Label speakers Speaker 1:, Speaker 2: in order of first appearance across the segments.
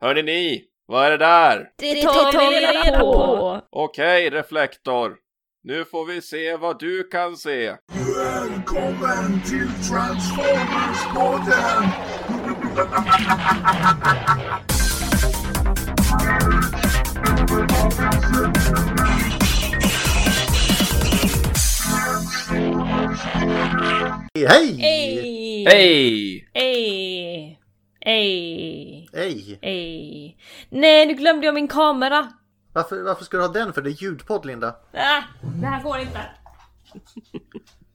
Speaker 1: Hörde ni? Vad är det där?
Speaker 2: Det tar vi reda på!
Speaker 1: Okej, reflektor. Nu får vi se vad du kan se.
Speaker 3: Välkommen till Transformers-podden!
Speaker 4: Hej!
Speaker 2: Ey!
Speaker 1: Hej!
Speaker 2: Ey! Ey!
Speaker 4: Hej!
Speaker 2: Ey! Nej, nu glömde jag min kamera!
Speaker 4: Varför, varför ska du ha den för? Det är ljudpodd Linda.
Speaker 2: Ah, det här går inte!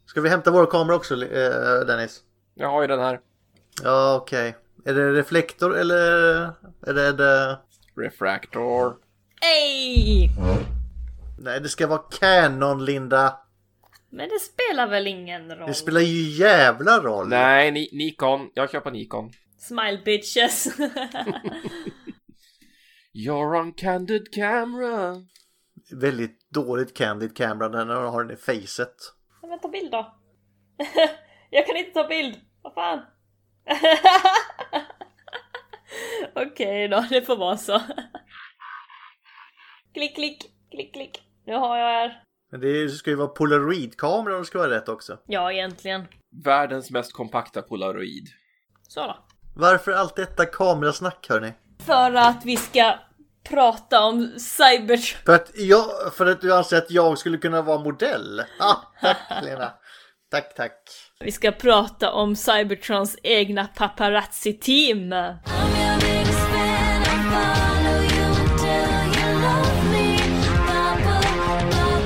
Speaker 4: Ska vi hämta vår kamera också eh, Dennis?
Speaker 1: Jag har ju den här.
Speaker 4: Ja okej. Är det reflektor eller är det, är det...
Speaker 1: Refraktor.
Speaker 2: Ey!
Speaker 4: Nej det ska vara Canon Linda.
Speaker 2: Men det spelar väl ingen roll?
Speaker 4: Det spelar ju jävla roll.
Speaker 1: Nej, ni Nikon. Jag köper Nikon.
Speaker 2: Smile bitches!
Speaker 1: You're on candid camera.
Speaker 4: Väldigt dåligt candid camera. Den har den i facet.
Speaker 2: Ja, Men ta bild då! jag kan inte ta bild! Vad fan! Okej då, det får vara så. klick, klick, klick, klick. Nu har jag er.
Speaker 4: Men det är- ska ju vara polaroidkamera om det ska vara rätt också.
Speaker 2: Ja, egentligen.
Speaker 1: Världens mest kompakta polaroid.
Speaker 2: Så då.
Speaker 4: Varför allt detta kamerasnack hörni?
Speaker 2: För att vi ska prata om cyber...
Speaker 4: För att, jag, för att du anser att jag skulle kunna vara modell? Ah, tack Lena! Tack, tack!
Speaker 2: Vi ska prata om Cybertrons egna paparazzi-team.
Speaker 5: I'm your biggest fan. I follow you till you love me. Papa,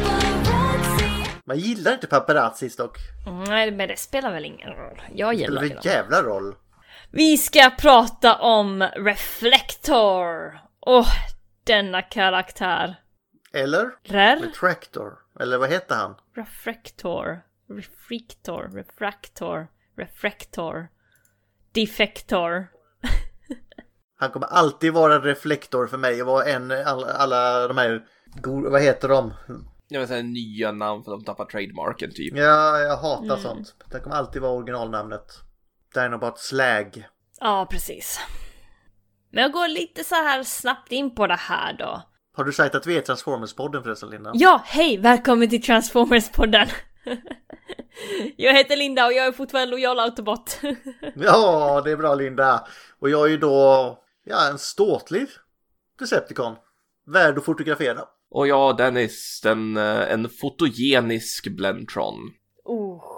Speaker 5: paparazzi.
Speaker 4: Man gillar inte paparazzis dock.
Speaker 2: Nej, men det spelar väl ingen roll. Jag
Speaker 4: Det spelar
Speaker 2: gillar
Speaker 4: en
Speaker 2: det.
Speaker 4: jävla roll.
Speaker 2: Vi ska prata om Reflector. Åh, denna karaktär.
Speaker 4: Eller?
Speaker 2: Rär?
Speaker 4: Retractor. Eller vad heter han?
Speaker 2: Reflector. Refractor. Refractor. Refractor. Defector.
Speaker 4: Han kommer alltid vara en reflektor för mig och vara en alla, alla de här... Go, vad heter de?
Speaker 1: Jag vill säga nya namn för de tappar trademarken typ.
Speaker 4: Ja, jag hatar sånt. Det kommer alltid vara originalnamnet. Dinobot Slag.
Speaker 2: Ja, precis. Men jag går lite så här snabbt in på det här då.
Speaker 4: Har du sagt att vi är Transformers-podden förresten Linda?
Speaker 2: Ja, hej! Välkommen till Transformers-podden! jag heter Linda och jag är fortfarande lojal Autobot.
Speaker 4: Ja, det är bra Linda. Och jag är ju då ja, en ståtlig Decepticon. Värd att fotografera.
Speaker 1: Och ja, Dennis, den, eh, en fotogenisk Blentron.
Speaker 2: oh.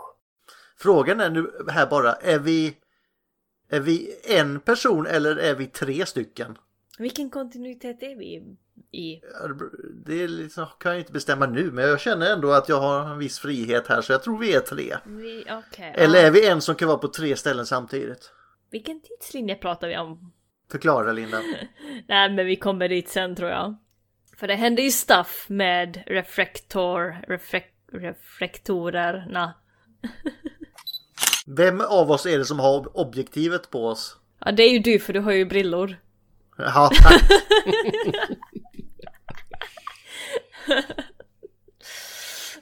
Speaker 4: Frågan är nu här bara, är vi, är vi en person eller är vi tre stycken?
Speaker 2: Vilken kontinuitet är vi i?
Speaker 4: Det är liksom, kan jag inte bestämma nu, men jag känner ändå att jag har en viss frihet här så jag tror vi är tre.
Speaker 2: Vi, okej.
Speaker 4: Eller
Speaker 2: ja.
Speaker 4: är vi en som kan vara på tre ställen samtidigt?
Speaker 2: Vilken tidslinje pratar vi om?
Speaker 4: Förklara Linda.
Speaker 2: Nej, men vi kommer dit sen tror jag. För det händer ju stuff med reflektor, reflek, reflektorerna.
Speaker 4: Vem av oss är det som har objektivet på oss?
Speaker 2: Ja, det är ju du för du har ju brillor.
Speaker 4: Ja, tack.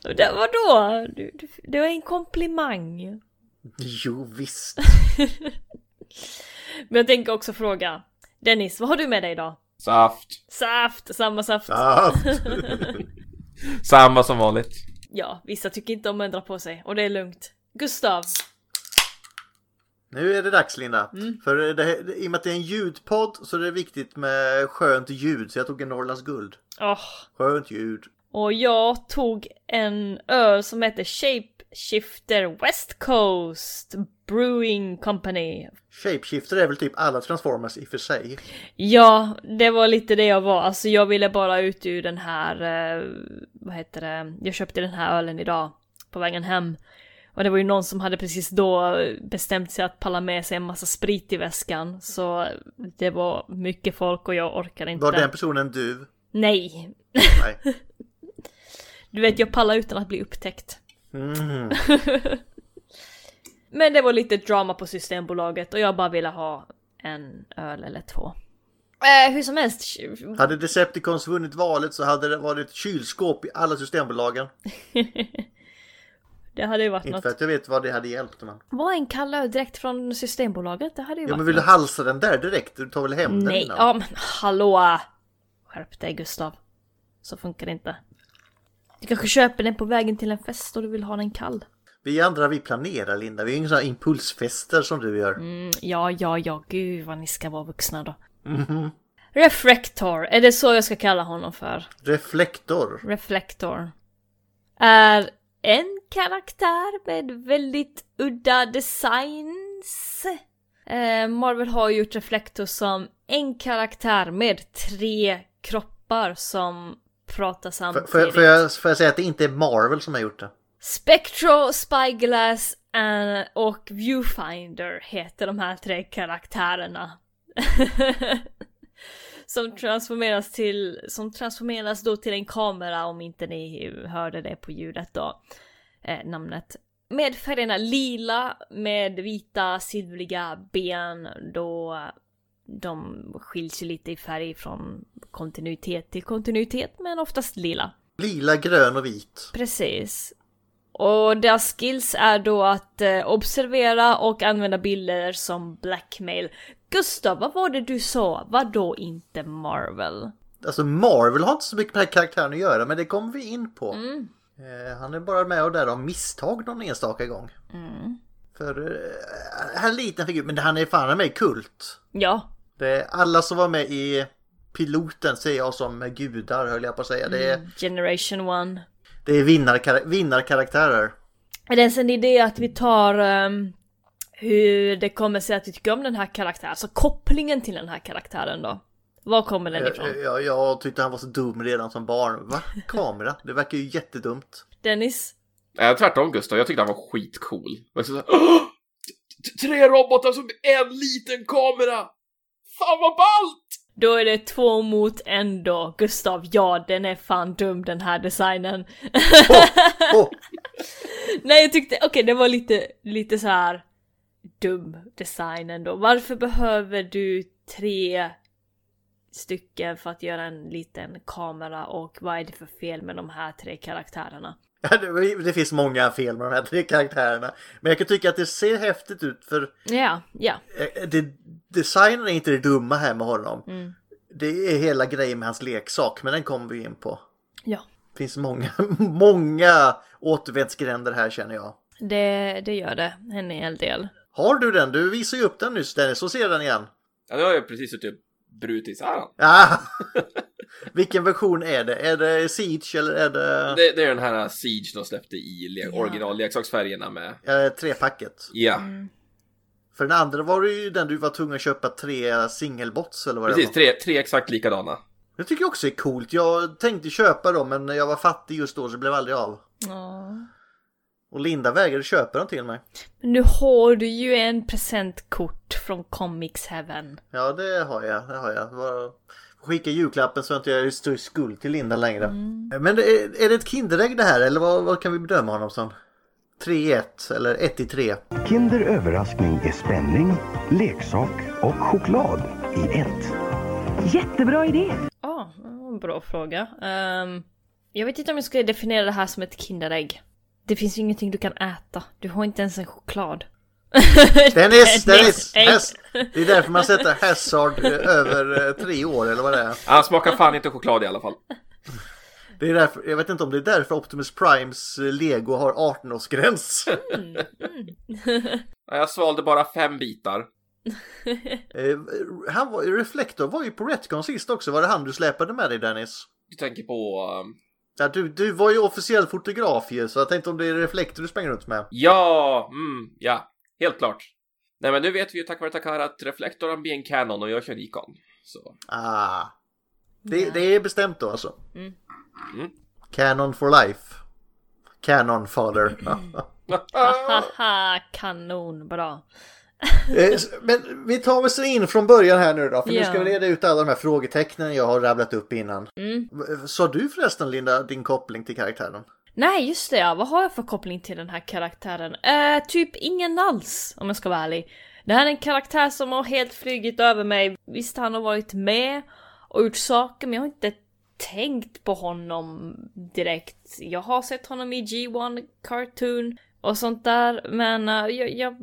Speaker 2: Det, vadå? Du, du, det är en komplimang.
Speaker 4: Jo, visst.
Speaker 2: Men jag tänker också fråga Dennis, vad har du med dig idag?
Speaker 1: Saft.
Speaker 2: Saft, samma saft. Ja.
Speaker 4: Ja,
Speaker 1: Samma som vanligt.
Speaker 2: vissa tycker inte om att ändra på sig och det är lugnt. Gustav,
Speaker 4: nu är det dags Linda. För det, det, i och med att det är en ljudpodd så är det viktigt med skönt ljud. Så jag tog en Norrlands guld.
Speaker 2: åh,
Speaker 4: Skönt ljud.
Speaker 2: och jag tog en öl som heter Shapeshifter West Coast Brewing Company.
Speaker 4: Shapeshifter är väl typ alla Transformers i och för sig.
Speaker 2: Ja, det var lite det jag var. Alltså jag ville bara ut ur den här, eh, vad heter det, jag köpte den här ölen idag på vägen hem. Och det var ju någon som hade precis då bestämt sig att palla med sig en massa sprit i väskan. Så det var mycket folk och jag orkade inte.
Speaker 4: Var den personen du?
Speaker 2: Nej!
Speaker 4: Nej.
Speaker 2: Du vet, jag pallar utan att bli upptäckt.
Speaker 4: Mm.
Speaker 2: Men det var lite drama på Systembolaget och jag bara ville ha en öl eller två. Eh, hur som helst,
Speaker 4: Hade Decepticons vunnit valet så hade det varit kylskåp i alla systembolagen.
Speaker 2: Det hade ju varit
Speaker 4: Inte
Speaker 2: något.
Speaker 4: för att jag vet vad det hade hjälpt men.
Speaker 2: Var en kall öl direkt från Systembolaget, det hade ju
Speaker 4: Ja men
Speaker 2: varit
Speaker 4: vill du
Speaker 2: något.
Speaker 4: halsa den där direkt? Du tar väl hem den
Speaker 2: Nej,
Speaker 4: innan?
Speaker 2: ja men hallå! Skärp dig Gustav. Så funkar det inte. Du kanske köper den på vägen till en fest och du vill ha den kall.
Speaker 4: Vi andra vi planerar Linda, vi är ju inga sådana impulsfester som du gör.
Speaker 2: Mm, ja, ja, ja, gud vad ni ska vara vuxna då.
Speaker 4: Mhm.
Speaker 2: Refrektor, är det så jag ska kalla honom för?
Speaker 4: Reflektor.
Speaker 2: Reflektor. Är en karaktär med väldigt udda designs. Eh, Marvel har gjort Reflektor som en karaktär med tre kroppar som pratar
Speaker 4: F-
Speaker 2: samtidigt.
Speaker 4: Får, får, jag, får jag säga att det inte är Marvel som har gjort det?
Speaker 2: Spectro, Spyglass eh, och Viewfinder heter de här tre karaktärerna. som transformeras till, som transformeras då till en kamera om inte ni hörde det på ljudet då. Eh, namnet. Med färgerna lila med vita silvriga ben då de skiljer sig lite i färg från kontinuitet till kontinuitet men oftast lila.
Speaker 4: Lila, grön och vit.
Speaker 2: Precis. Och deras skills är då att eh, observera och använda bilder som blackmail. Gustav, vad var det du sa? Vadå inte Marvel?
Speaker 4: Alltså Marvel har inte så mycket med den här karaktären att göra men det kommer vi in på. Eh, han är bara med och där av misstag någon enstaka gång. För eh, han är en liten figur men han är fan med i kult.
Speaker 2: Ja,
Speaker 4: Det är alla som var med i piloten ser jag som gudar höll jag på att säga. Det,
Speaker 2: Mm.
Speaker 4: är,
Speaker 2: Generation 1.
Speaker 4: det är vinnar, vinnarkaraktärer.
Speaker 2: Är det ens en idé att vi tar ehm, hur det kommer sig att vi tycker om den här karaktären? Alltså kopplingen till den här karaktären då? Var kommer den ifrån?
Speaker 4: Jag, Eh, jag, jag tyckte han var så dum redan som barn. Va? Kamera? Det verkar ju jättedumt.
Speaker 2: Dennis?
Speaker 1: Äh, tvärtom Gustav, jag tyckte han var skitcool. Men så, så, Åh! T- Tre robotar som en liten kamera! Fan vad ballt!
Speaker 2: Då är det två mot en då. Gustav, ja den är fan dum den här designen.
Speaker 4: Oh,
Speaker 2: Nej jag tyckte, okej det var lite, lite så här dum design ändå. Varför behöver du tre stycken för att göra en liten kamera och vad är det för fel med de här tre karaktärerna?
Speaker 4: det, det finns många fel med de här tre karaktärerna. Men jag kan tycka att det ser häftigt ut för
Speaker 2: Ja, ja.
Speaker 4: eh, det, designen är inte det dumma här med honom.
Speaker 2: Mm.
Speaker 4: Det är hela grejen med hans leksak, men den kommer vi in på.
Speaker 2: Ja,
Speaker 4: Det finns många, många återvändsgränder här känner jag.
Speaker 2: det, det gör det en hel del.
Speaker 4: Har du den? Du visade ju upp den nyss Dennis, så ser jag den igen.
Speaker 1: Ja, det har jag precis suttit brutit isär han.
Speaker 4: Ah! Vilken version är det? Är det Siege eller är det,
Speaker 1: det, det är den här äh, Siege de släppte i le-
Speaker 2: Ja.
Speaker 1: originalleksaksfärgerna med.
Speaker 4: eh, trepacket?
Speaker 1: Ja,
Speaker 2: Mm.
Speaker 4: För den andra var det ju den du var tvungen att köpa tre singelbots eller vad
Speaker 1: precis.
Speaker 4: det var.
Speaker 1: Tre, tre exakt likadana.
Speaker 4: Det tycker jag också är coolt. Jag tänkte köpa dem men jag var fattig just då så det blev aldrig av.
Speaker 2: Ja.
Speaker 4: Och Linda vägrade köpa dem till mig.
Speaker 2: Men nu har du ju en presentkort från Comics Heaven.
Speaker 4: Ja det har jag, det har jag. Bara Skicka julklappen så att jag inte står i skuld till Linda längre. Men det är, är det ett Kinderägg det här eller vad, vad kan vi bedöma honom som? 3-1 eller 1-3.
Speaker 6: Kinder överraskning är spänning, leksak och choklad i ett.
Speaker 7: Jättebra idé!
Speaker 2: Ja, ah, bra fråga. Ehm, jag vet inte om jag skulle definiera det här som ett Kinderägg. Det finns ju ingenting du kan äta. Du har inte ens en choklad. Äh,
Speaker 4: Dennis! Dennis!
Speaker 2: nej.
Speaker 4: Hass, det är därför man sätter Hazard eh, över eh, tre år eller vad det är.
Speaker 1: Han smakar fan inte choklad i alla fall.
Speaker 4: Det är därför, jag vet inte om det är därför Optimus Primes eh, Lego har 18-årsgräns.
Speaker 1: Ja, Jag svalde bara fem bitar.
Speaker 4: eh, han var, Reflector var ju på Retcon sist också, var det han du släpade med dig Dennis?
Speaker 1: Du tänker på... ehm,
Speaker 4: Ja, du, du var ju officiell fotograf ju, så jag tänkte om det är Reflector du sprang runt med.
Speaker 1: Ja, mm, ja. Helt klart. Nej men nu vet vi ju tack vare Takara att reflektorn blir en Canon och jag kör Nikon. Så.
Speaker 4: Ah. Det, det är bestämt då alltså.
Speaker 1: Mm.
Speaker 4: Canon for life. Canon father.
Speaker 2: äh, Haha, kanonbra.
Speaker 4: Eh, s- Men vi tar oss in från början här nu då, för nu
Speaker 2: Ja.
Speaker 4: ska vi reda ut alla de här frågetecknen jag har rabblat upp innan.
Speaker 2: Mm.
Speaker 4: V- Sa du förresten Linda din koppling till karaktären?
Speaker 2: Nej, just det ja. Vad har jag för koppling till den här karaktären? Eh, typ ingen alls, om jag ska vara ärlig. Det här är en karaktär som har helt flugit över mig. Visst, han har varit med och gjort saker, men jag har inte tänkt på honom direkt. Jag har sett honom i G1 Cartoon, och sånt där. Men eh, jag, jag,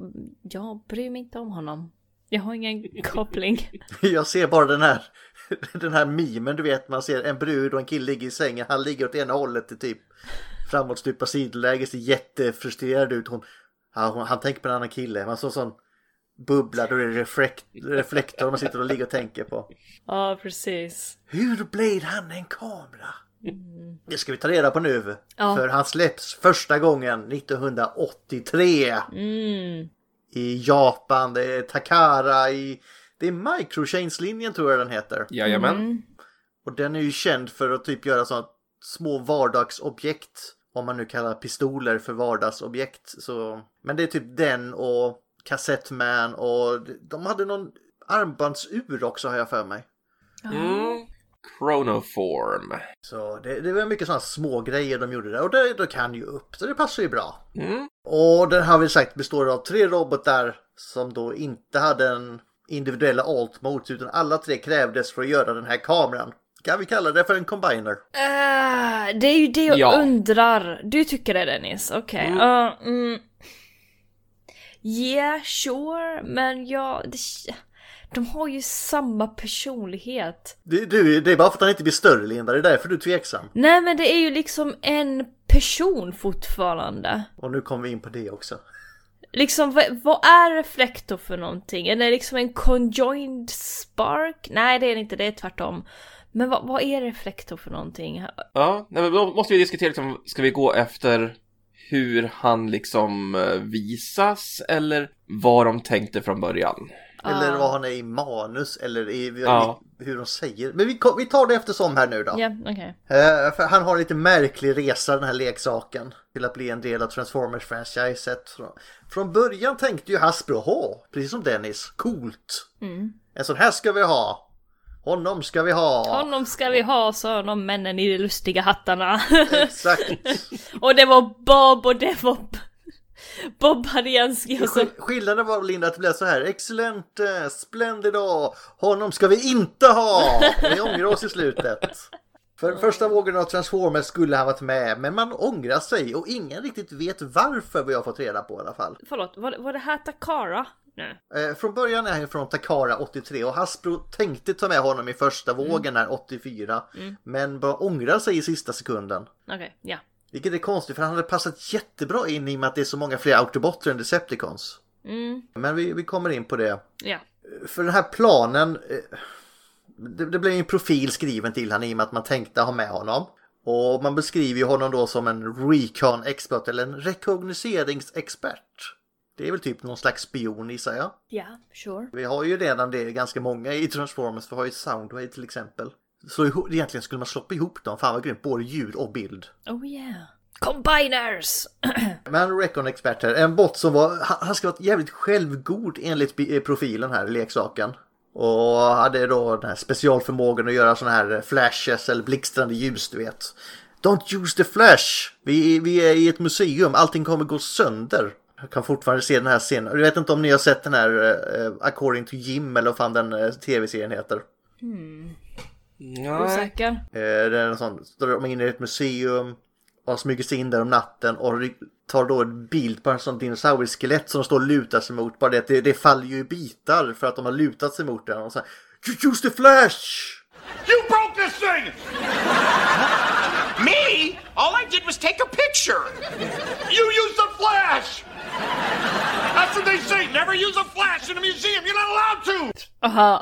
Speaker 2: jag bryr mig inte om honom. Jag har ingen koppling.
Speaker 4: Jag ser bara den här, den här mimen, du vet, man ser en brud och en kille ligger i sängen, han ligger åt ena hållet i typ framåtstupa sidoläge, ser jättefrustrerad ut. Hon, ja, hon, han tänker på en annan kille, man såg sån bubbla, då är det reflekt, reflektor man sitter och ligger och tänker på.
Speaker 2: Ja, precis.
Speaker 4: Hur blev han en kamera? Det ska vi ta reda på nu.
Speaker 2: Ja.
Speaker 4: För han släpps första gången 1983
Speaker 2: Mm.
Speaker 4: i Japan. Det är Takara i... Det är Microchains-linjen tror jag den heter.
Speaker 1: Jajamän.
Speaker 2: Mm.
Speaker 4: Och den är ju känd för att typ göra sådana små vardagsobjekt. Om man nu kallar pistoler för vardagsobjekt. Så... Men det är typ den och Kassettman och de hade någon armbandsur också har jag för mig.
Speaker 1: Mm. Chronoform.
Speaker 4: Så det, det var mycket sådana små grejer de gjorde där och det, det kan ju upp så det passar ju bra.
Speaker 1: Mm.
Speaker 4: Och den har vi sagt består av tre robotar som då inte hade en individuella alt modes utan alla tre krävdes för att göra den här kameran. Kan vi kalla det för en combiner?
Speaker 2: Äh, det är ju det jag
Speaker 1: Ja.
Speaker 2: undrar. Du tycker det Dennis, okej.
Speaker 1: Mm.
Speaker 2: Ja, mm. Yeah, sure, men jag... Det, de har ju samma personlighet.
Speaker 4: Du, du, det är bara för att han inte blir större Linda, det är därför du är tveksam.
Speaker 2: Nej men det är ju liksom en person fortfarande.
Speaker 4: Och nu kommer vi in på det också.
Speaker 2: Liksom vad, vad är reflektor för någonting? Är det liksom en conjoined spark? Nej det är det inte, det är tvärtom. Men vad, vad är reflektor för någonting?
Speaker 1: Ja, nej, men då måste vi diskutera, liksom, ska vi gå efter hur han liksom eh, visas eller vad de tänkte från början?
Speaker 4: Eller vad han är i manus eller i,
Speaker 1: Ja.
Speaker 4: hur de säger. Men vi, vi tar det eftersom här nu då.
Speaker 2: Ja, okej.
Speaker 4: Eh, för han har en lite märklig resa den här leksaken till att bli en del av Transformers-franchiset. Från, från början tänkte ju Hasbro ha, precis som Dennis, coolt.
Speaker 2: Mm.
Speaker 4: En sån här ska vi ha. Honom ska vi ha.
Speaker 2: Honom ska vi ha, sa de männen i de lustiga hattarna.
Speaker 4: Exakt.
Speaker 2: och det var Bob och det var Bob Harianski och så...
Speaker 4: Skill- Skillnaden var Linda att det blev så här. Excellent, eh, splendid A. Honom ska vi inte ha. Vi ångrar oss i slutet. För första vågen av Transformers skulle han varit med, men man ångrar sig och ingen riktigt vet varför vi har fått reda på i alla fall.
Speaker 2: Förlåt, var, var det här Takara? Nej.
Speaker 4: Eh, Från början är han från Takara 83 och Hasbro tänkte ta med honom i första vågen här 84. Men bara ångrar sig i sista sekunden.
Speaker 2: Okej, ja.
Speaker 4: Vilket är konstigt för han hade passat jättebra in i och med att det är så många fler Autobotter än Decepticons.
Speaker 2: Mm,
Speaker 4: Men vi, vi kommer in på det.
Speaker 2: ja.
Speaker 4: För den här planen, eh, det, det blev ju en profil skriven till han i och med att man tänkte ha med honom. Och man beskriver ju honom då som en recon-expert eller en rekognoseringsexpert. Det är väl typ någon slags spion gissar jag.
Speaker 2: Ja, sure.
Speaker 4: Vi har ju redan det ganska många i Transformers, vi har ju Soundway till exempel. Så iho- egentligen skulle man slå ihop dem, fan vad grymt, både ljud och bild.
Speaker 2: Oh yeah. Combiners!
Speaker 4: Men Recon Expert här, en bot som var, han han ska vara jävligt självgod enligt bi- eh, profilen här, leksaken. Och hade då den här specialförmågan att göra sådana här flashes eller blixtrande ljus, du vet. Don't use the flash! Vi, vi är i ett museum, allting kommer gå sönder. Jag kan fortfarande se den här scenen. Jag vet inte om ni har sett den här eh, According to Jim eller vad fan den eh, tv-serien heter.
Speaker 1: Nej.
Speaker 2: Osäker?
Speaker 4: Eh, Det är en sån, då är man inne i ett museum och smyger sig in där om natten och ry- tar då en bild på en sån dinosaurieskelett som de står och lutar sig mot. Bara det att det, det faller ju i bitar för att de har lutat sig mot den. Och så här, you use the flash!
Speaker 8: You broke this thing! Me? All I did was take a picture. You used a flash! That's what they say. Never use a flash in a museum. You're not allowed to!
Speaker 2: Aha.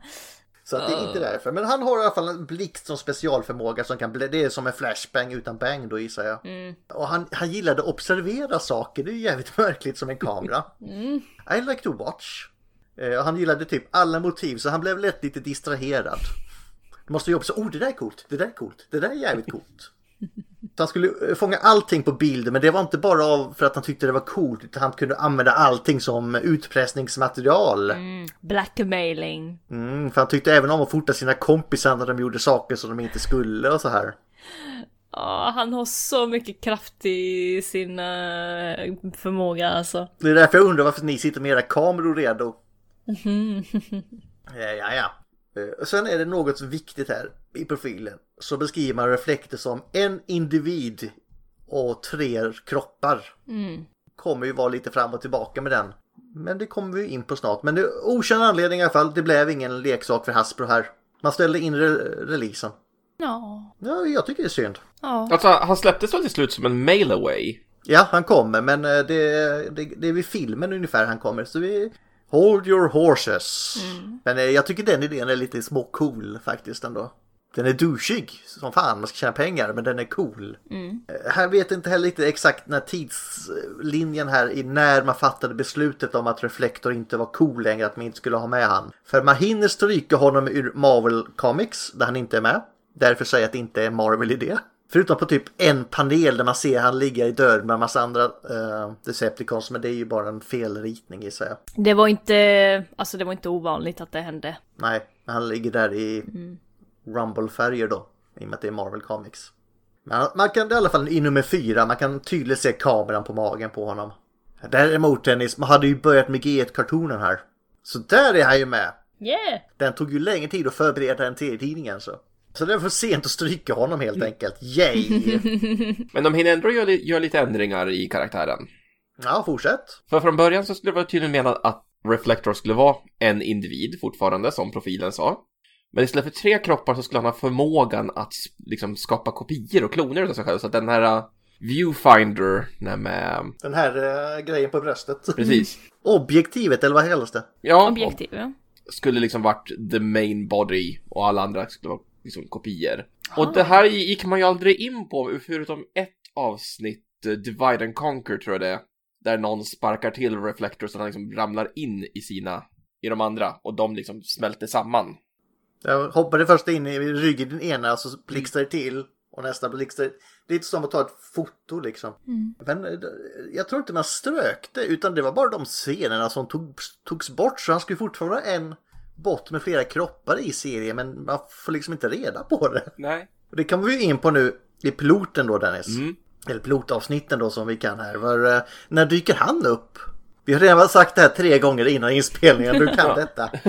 Speaker 4: Så att det är inte därför. Men han har i alla fall en blixt som specialförmåga som kan bli, det är som en flashbang utan bang då gissar jag. Och han, han gillade att observera saker, det är jävligt märkligt som en kamera. I like to watch. Eh, och han gillade typ alla motiv så han blev lätt lite distraherad. Du måste jobba så, oh det där är coolt, det där är coolt, det där är jävligt coolt. Så han skulle eh, fånga allting på bild men det var inte bara av för att han tyckte det var coolt utan han kunde använda allting som utpressningsmaterial.
Speaker 2: Blackmailing.
Speaker 4: Mm, för han tyckte även om att fota sina kompisar när de gjorde saker som de inte skulle och så här.
Speaker 2: Ja, han har så mycket kraft i sin eh, förmåga alltså.
Speaker 4: Det är därför jag undrar varför ni sitter med era kameror redo.
Speaker 2: Mm.
Speaker 4: ja, ja, ja. Eh, Sen är det något som är viktigt här i profilen. Så beskriver man reflekter som en individ och tre kroppar.
Speaker 2: Mm.
Speaker 4: Kommer ju vara lite fram och tillbaka med den. Men det kommer vi in på snart. Men det, okänd anledning i alla fall, det blev ingen leksak för Hasbro här. Man ställde in re- releasen.
Speaker 2: Ja.
Speaker 4: Ja, jag tycker det är synd.
Speaker 2: Ja.
Speaker 1: Alltså, han släpptes väl till slut som en mail away?
Speaker 4: Ja, han kommer, men eh, det, det, det är vid filmen ungefär han kommer. Så vi... Hold your horses. Men eh, jag tycker den idén är lite småcool faktiskt ändå. Den är douchig som fan, man ska tjäna pengar, men den är cool. Eh, Här vet jag inte heller riktigt exakt när tidslinjen här i när man fattade beslutet om att Reflector inte var cool längre, att man inte skulle ha med han. För man hinner stryka honom ur Marvel Comics, där han inte är med. Därför säger jag att det inte är en Marvel-idé. Förutom på typ en panel där man ser han ligga i död med en massa andra eh, Decepticons, men det är ju bara en felritning gissar jag.
Speaker 2: Det var inte, alltså det var inte ovanligt att det hände.
Speaker 4: Nej, men han ligger där i Rumble-färger då. I och med att det är Marvel Comics. Men han- man kan i alla fall i nummer fyra, man kan tydligt se kameran på magen på honom. Däremot Dennis, man hade ju börjat med G1-kartonen här. Så där är han ju med!
Speaker 2: Yeah!
Speaker 4: Den tog ju längre tid att förbereda än serietidningen så. Så det var för sent att stryka honom helt enkelt. Yay!
Speaker 1: Men de hinner ändå göra gör lite ändringar i karaktären.
Speaker 4: Ja, fortsätt.
Speaker 1: För från början så skulle det vara tydligen menat att Reflector skulle vara en individ fortfarande, som profilen sa. Men istället för tre kroppar så skulle han ha förmågan att s- liksom skapa kopior och kloner av sig själv. Så att den här uh, viewfinder, nej med...
Speaker 4: Den här eh, grejen på bröstet.
Speaker 1: Precis.
Speaker 4: Objektivet eller vad helst det.
Speaker 1: Ja,
Speaker 2: Objektiv, ja.
Speaker 1: skulle liksom varit the main body och alla andra skulle vara liksom kopior. Och det här gick man ju aldrig in på förutom ett avsnitt, eh, Divide and Conquer tror jag det är, där någon sparkar till Reflector så han liksom ramlar in i sina, i de andra och de liksom smälter samman.
Speaker 4: Jag hoppade först in i ryggen i den ena så blixtrade det till och nästa blixtrade Det är inte som att ta ett foto liksom. Men eh, jag tror inte man strök det utan det var bara de scenerna som tog, togs bort så han skulle fortfarande ha en bot med flera kroppar i serien men man får liksom inte reda på det.
Speaker 1: Nej.
Speaker 4: Och det kommer vi ju in på nu i piloten då Dennis.
Speaker 1: Mm.
Speaker 4: Eller pilotavsnitten då som vi kan här. Var, eh, när dyker han upp? Vi har redan sagt det här tre gånger innan inspelningen, du kan detta.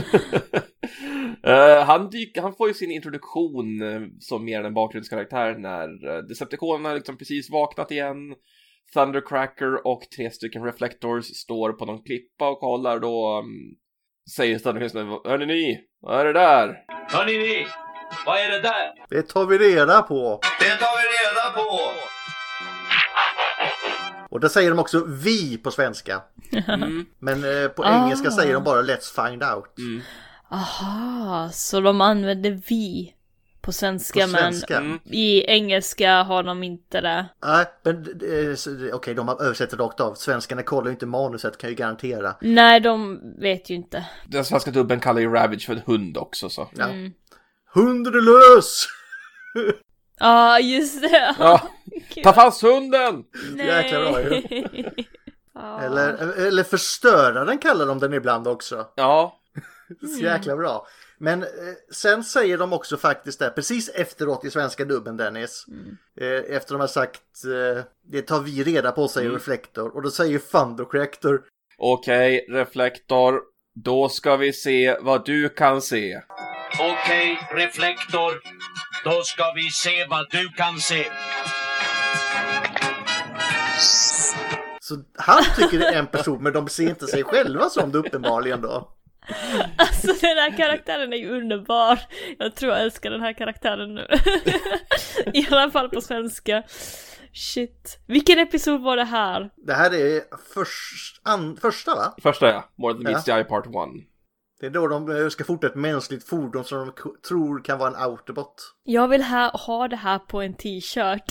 Speaker 1: Eh, han, dyk, han får ju sin introduktion eh, som mer än en bakgrundskaraktär när eh, Decepticonerna liksom precis vaknat igen. Thundercracker och tre stycken Reflectors står på någon klippa och kollar då um, säger Thundercracker Hörni ni, vad är det där?
Speaker 9: Hörni ni, vad är det där?
Speaker 4: Det tar vi reda på.
Speaker 9: Det tar vi reda på!
Speaker 4: Och där säger de också vi på svenska.
Speaker 1: Mm,
Speaker 4: Men eh, på
Speaker 2: Ah.
Speaker 4: engelska säger de bara let's find out.
Speaker 2: Aha, så de använder vi på
Speaker 4: På
Speaker 2: svenska,
Speaker 4: svenska.
Speaker 1: Mm.
Speaker 2: men i engelska har de inte det.
Speaker 4: Nej, men eh, så- okej, de har översatt det rakt av. Svenskarna kollar ju inte manuset kan jag ju garantera.
Speaker 2: Nej, de vet ju inte.
Speaker 1: Den svenska dubben kallar ju Ravage för en hund också så.
Speaker 4: Ja.
Speaker 2: Mm.
Speaker 4: Hundralös!
Speaker 2: Ja, just det.
Speaker 1: Ja,
Speaker 2: Gud,
Speaker 1: ta fast hunden!
Speaker 2: nej.
Speaker 4: jäklar vad jag
Speaker 2: Ja.
Speaker 4: Eller, eh, eller förstöraren kallar de den ibland också.
Speaker 1: Ja,
Speaker 4: Så jäkla bra. Men eh, sen säger de också faktiskt det, precis efteråt i svenska dubben Dennis. Eh, efter de har sagt eh, det tar vi reda på säger Reflektor. Och då säger Thundercracker
Speaker 1: okej, Reflektor. Då ska vi se vad du kan se.
Speaker 9: Okej, reflektor. Då ska vi se vad du kan se.
Speaker 4: Så han tycker det är en person men de ser inte sig själva som det uppenbarligen då.
Speaker 2: Alltså den här karaktären är ju underbar. Jag tror jag älskar den här karaktären nu. I alla fall på svenska. Shit. Vilken episod var det här?
Speaker 4: Det här är först, an, första va?
Speaker 1: Första ja, More than meets the eye part one.
Speaker 4: Det är då de eh, ska forta ett mänskligt fordon som de k- tror kan vara en autobot.
Speaker 2: Jag vill ha, ha det här på en t-shirt.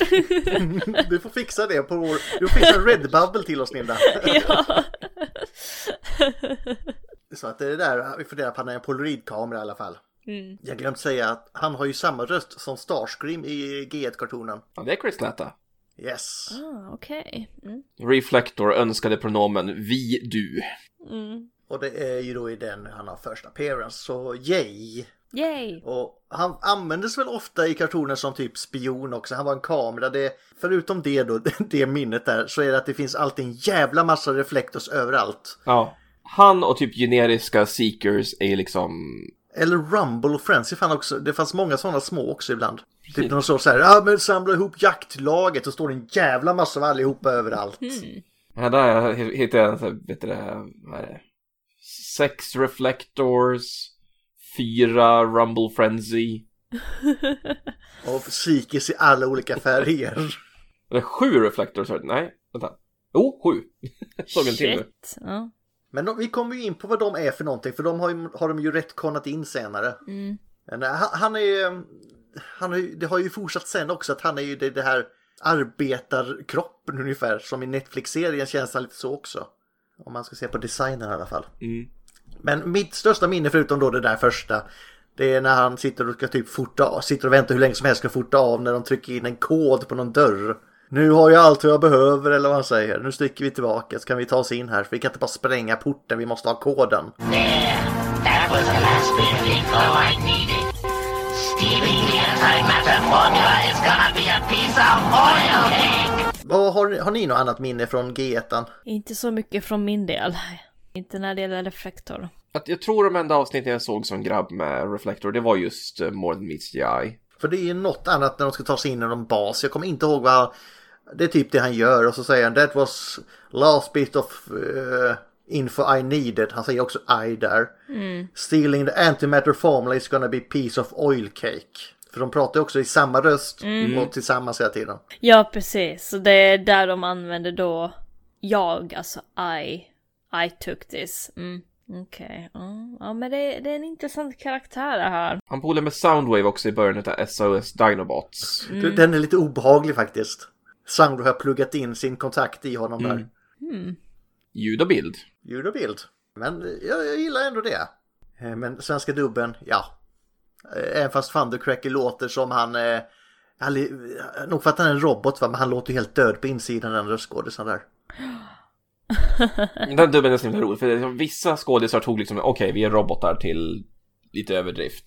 Speaker 4: Du får fixa det på vår... Du får fixa en Redbubble till oss Linda.
Speaker 2: ja.
Speaker 4: Så att det är där vi funderar på att han är en polaroidkamera i alla fall.
Speaker 2: Mm.
Speaker 4: Jag glömde säga att han har ju samma röst som Starscream i G1-kartonen.
Speaker 1: Ja, det är Chris Latta.
Speaker 4: Yes.
Speaker 2: Ah, Okej. Mm.
Speaker 1: Reflector önskade pronomen vi, du.
Speaker 2: Mm.
Speaker 4: Och det är ju då i den han har första appearance, så yay!
Speaker 2: Yay!
Speaker 4: Och han användes väl ofta i kartoner som typ spion också. Han var en kamera. Det, förutom det då, det minnet där, så är det att det finns alltid en jävla massa reflektors överallt.
Speaker 1: Ja. Han och typ generiska Seekers är liksom
Speaker 4: Eller Rumble och Friends, det, fann också, det fanns många sådana små också ibland. Typ när de står så här, ja ah, men samla ihop jaktlaget och står det en jävla massa av allihopa överallt.
Speaker 1: Ja, där hittade jag en sån här, vet du det, vad är det? Sex Reflectors, fyra Rumble Frenzy,
Speaker 4: Och psykiskt i alla olika färger.
Speaker 1: eller sju Reflectors, var det? nej, vänta. Jo, oh, sju. Såg en till nu.
Speaker 2: Shit. Ja.
Speaker 4: Men de, vi kommer ju in på vad de är för någonting, för de har, ju, har de ju retconat in senare.
Speaker 2: Mm.
Speaker 4: Men, eh, han, han är ju- han har ju, det har ju fortsatt sen också att han är ju det, det här arbetarkroppen ungefär, som i Netflix-serien känns han lite så också. Om man ska se på designen i alla fall.
Speaker 1: Mm.
Speaker 4: Men mitt största minne förutom då det där första Det är när han sitter och ska typ forta av, sitter och väntar hur länge som helst ska forta av när de trycker in en kod på någon dörr. Nu har jag allt jag behöver eller vad han säger. Nu sticker vi tillbaka så kan vi ta oss in här för vi kan inte bara spränga porten, vi måste ha koden.
Speaker 5: That was the last big info I needed. Stealing the antimatter formula is gonna be a piece of oil cake!
Speaker 4: Vad har, ni- har ni något annat minne från G1?
Speaker 2: Inte så mycket från min del. Inte när det gäller reflektor.
Speaker 1: Att jag tror de enda avsnitten jag såg som grabb med Reflector, det var just eh, More than meets the eye.
Speaker 4: För det är ju något annat när de ska ta sig in i någon bas. Jag kommer inte ihåg vad han, Det är typ det han gör och så säger han That was last bit of eh, info I needed. Han säger också I där. Stealing the antimatter formula is gonna be piece of oil cake. För de pratar ju också i samma röst och tillsammans hela tiden.
Speaker 2: Ja, precis. Så det är där de använder då jag, alltså I. I took this. Mm. Okej. Mm. Ja, men det, det är en intressant karaktär det här.
Speaker 1: Han polade med Soundwave också i början av SOS Dinobots.
Speaker 4: Du, Den är lite obehaglig faktiskt. Sandro har pluggat in sin kontakt i honom där.
Speaker 1: Ljud och bild.
Speaker 4: ljud och bild. Men eh, jag, jag gillar ändå det. Eh, Men svenska dubben, ja. Eh, Även fast Thundercracker låter som han... Eh, han li- eh, nog för att han är en robot va, men han låter ju helt död på insidan den röstskådisen där.
Speaker 1: Den dubben är så himla rolig, för det är som vissa skådisar tog liksom, okej, vi är robotar till lite överdrift.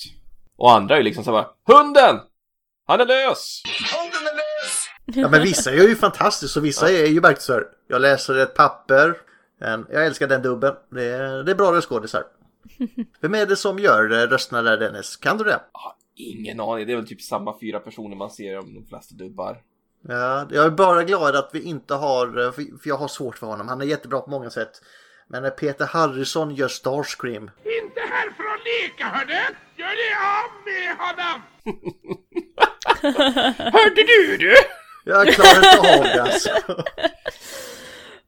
Speaker 1: Och andra är liksom så här bara, HUNDEN! Han är lös!
Speaker 4: Ja men vissa är ju fantastiska och vissa är ju verkligen så här, Jag läser ett papper. Men jag älskar den dubben. Det är, det är bra röstskådisar. Vem är det som gör eh, rösterna där Dennis? Kan du det?
Speaker 1: Ingen aning, det är väl typ samma fyra personer man ser i de flesta dubbar.
Speaker 4: Ja, jag är bara glad att vi inte har, eh, för för jag har svårt för honom. Han är jättebra på många sätt. Men när Peter Harrison gör Starscream,
Speaker 8: Inte här för att leka, hörde! Gör dig av med honom!
Speaker 1: Hörde du du?
Speaker 4: jag klarar inte av det alltså.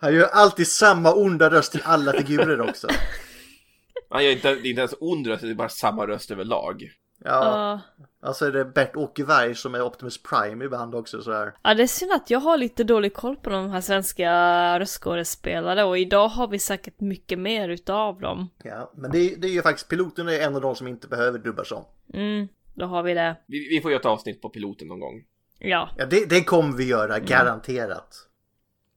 Speaker 4: Han gör alltid samma onda röst till alla figurer också.
Speaker 1: Han gör inte, det är inte ens ond röst, det är bara samma röst överlag.
Speaker 4: Ja,
Speaker 2: Ja.
Speaker 4: alltså är det Bert-Åke Varg som är Optimus Prime ibland också så här.
Speaker 2: Ja, det är synd att jag har lite dålig koll på de här svenska röstskådespelarna och idag har vi säkert mycket mer utav dem.
Speaker 4: Ja, men det, det är ju faktiskt piloten är en av de som inte behöver dubbas om.
Speaker 2: Mm, då har vi det.
Speaker 1: Vi, vi får göra ett avsnitt på piloten någon gång.
Speaker 2: Ja.
Speaker 4: Ja, det, det kommer vi göra garanterat.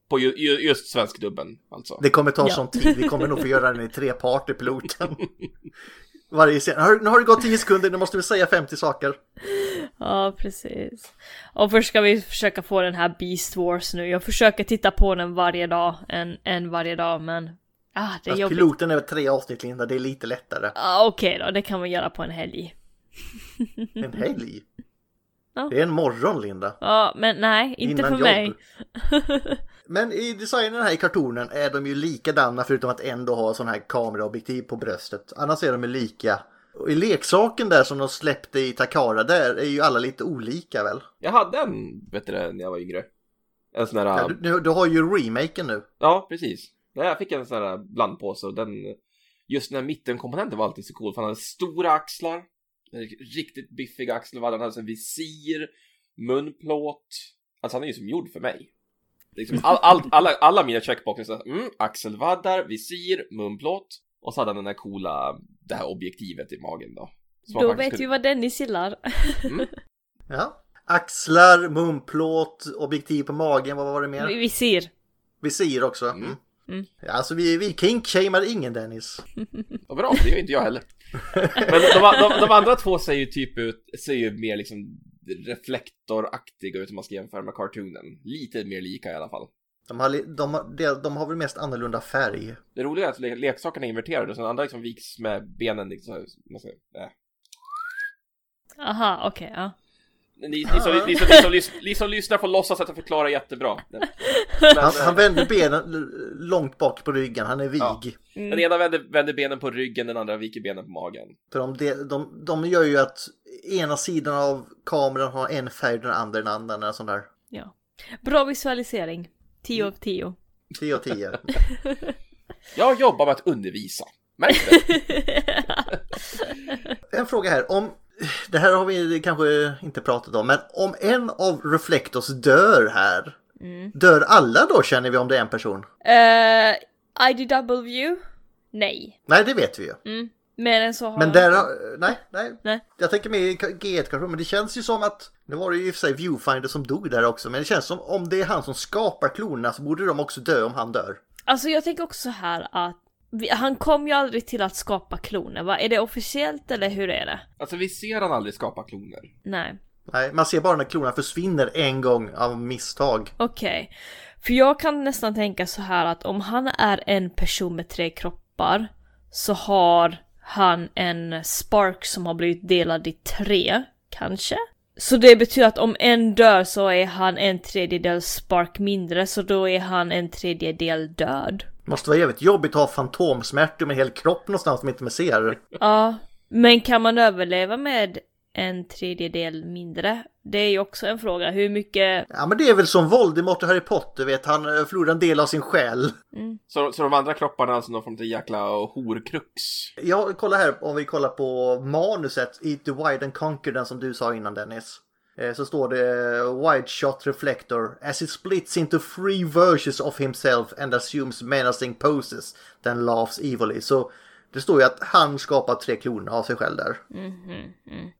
Speaker 1: På ju, ju, just svenskdubben, alltså.
Speaker 4: Det kommer ta
Speaker 2: Ja.
Speaker 4: sån tid. Vi kommer nog få göra den i tre part i piloten. Varje scen. Har, nu har det gått 10 sekunder, nu måste vi säga 50 saker.
Speaker 2: Ja, precis. Och först ska vi försöka få den här Beast Wars nu. Jag försöker titta på den varje dag, en, en varje dag, men... Ah, det är
Speaker 4: Fast
Speaker 2: jobbigt.
Speaker 4: piloten är väl tre avsnitt, Linda. Det är lite lättare.
Speaker 2: Ah, Okej då, det kan man göra på en helg.
Speaker 4: En helg.
Speaker 2: Mm. Ja.
Speaker 4: Det är en morgon, Linda.
Speaker 2: Ja, men nej, inte
Speaker 4: Innan
Speaker 2: för
Speaker 4: jobb.
Speaker 2: mig.
Speaker 4: Men i designen här i kartonen är de ju likadana förutom att en då har sån här kameraobjektiv på bröstet. Annars är de ju lika. Och i leksaken där som de släppte i Takara, där är ju alla lite olika väl?
Speaker 1: Jag hade en, vet du det, när jag var yngre. En sån här...
Speaker 4: Ja. Du, du, du har ju remaken nu.
Speaker 1: Ja, precis. Ja, Jag fick en sån här blandpåse och den... Just den här mittenkomponenten var alltid så cool, för han hade stora axlar. Riktigt biffiga axelvaddar, han hade en visir, munplåt. Alltså han är ju som gjord för mig. Liksom all, all, alla, alla mina checkboxar, så här, mm, axelvaddar, visir, munplåt. Och så hade han den här coola, det här objektivet i magen då. Som han
Speaker 2: Då
Speaker 1: faktiskt
Speaker 2: vet vi vad Dennis gillar.
Speaker 4: Ja. Axlar, munplåt, objektiv på magen, vad var det mer?
Speaker 2: Vi, vi ser.
Speaker 4: Visir också. Mm. Alltså vi, vi kinkshamar ingen Dennis.
Speaker 1: Vad bra, det gör inte jag heller. Men de, de, de andra två ser ju typ ut, ser ju mer liksom reflektoraktiga ut om man ska jämföra med cartoonen. Lite mer lika i alla fall.
Speaker 4: De har, li- de, har- de, de har väl mest annorlunda färg.
Speaker 1: Det roliga är att le- leksakerna är inverterade och sen andra liksom viks med benen liksom. så här, man säger, äh.
Speaker 2: Aha, okej, ja.
Speaker 1: ni, ni, som, ni, som, ni, som, lys- ni som lyssnar får låtsas att jag förklarar jättebra. Men, eh,
Speaker 4: Han, han vänder benen l- långt bak på ryggen, han är vig.
Speaker 1: Ja. äh,
Speaker 2: Mm,
Speaker 1: Den ena vänder, vänder benen på ryggen, den andra viker benen på magen.
Speaker 4: För de, de, de, de gör ju att ena sidan av kameran har en färg, den andra en annan. Eller sån där.
Speaker 2: Bra visualisering. 10 av 10.
Speaker 4: 10 av 10.
Speaker 1: Jag jobbar med att undervisa. Märks det?
Speaker 4: En fråga här. Om, det här har vi kanske inte pratat om, men om en av Reflectors dör här, dör alla då känner vi om det är en person? Mm.
Speaker 2: Eh, IDW? Nej.
Speaker 4: Nej, det vet vi ju.
Speaker 2: Mer än så har
Speaker 4: Men
Speaker 2: jag
Speaker 4: där
Speaker 2: inte.
Speaker 4: har, nej, nej,
Speaker 2: Nej.
Speaker 4: Jag tänker mer i G1 kanske, men det känns ju som att, nu var det ju i och för sig Viewfinder som dog där också, men det känns som om det är han som skapar klonerna så borde de också dö om han dör.
Speaker 2: Alltså jag tänker också här att vi, han kom ju aldrig till att skapa kloner, va? Är det officiellt eller hur är det?
Speaker 1: Alltså vi ser han aldrig skapa kloner.
Speaker 2: Nej.
Speaker 4: Nej, man ser bara när klonerna försvinner en gång av misstag.
Speaker 2: Okej. För jag kan nästan tänka så här att om han är en person med tre kroppar så har han en spark som har blivit delad i tre, kanske? Så det betyder att om en dör så är han en tredjedel spark mindre, så då är han en tredjedel död.
Speaker 4: Måste vara jävligt jobbigt att ha fantomsmärtor med hel kropp någonstans som inte man ser.
Speaker 2: Ja, men kan man överleva med en tredjedel mindre? Det är ju också en fråga, hur mycket...
Speaker 4: Ja men det är väl som Voldemort i Harry Potter vet, han eh, förlorar en del av sin själ.
Speaker 1: Så, så de andra kropparna är alltså någon form av jäkla horkrux.
Speaker 4: Jag kollar här, om vi kollar på manuset i The Wide and Conquer, den som du sa innan Dennis. Eh, Så står det eh, Wide Shot Reflector. As it splits into three versions of himself and assumes menacing poses, then laughs evilly. Så det står ju att han skapar tre kloner av sig själv där.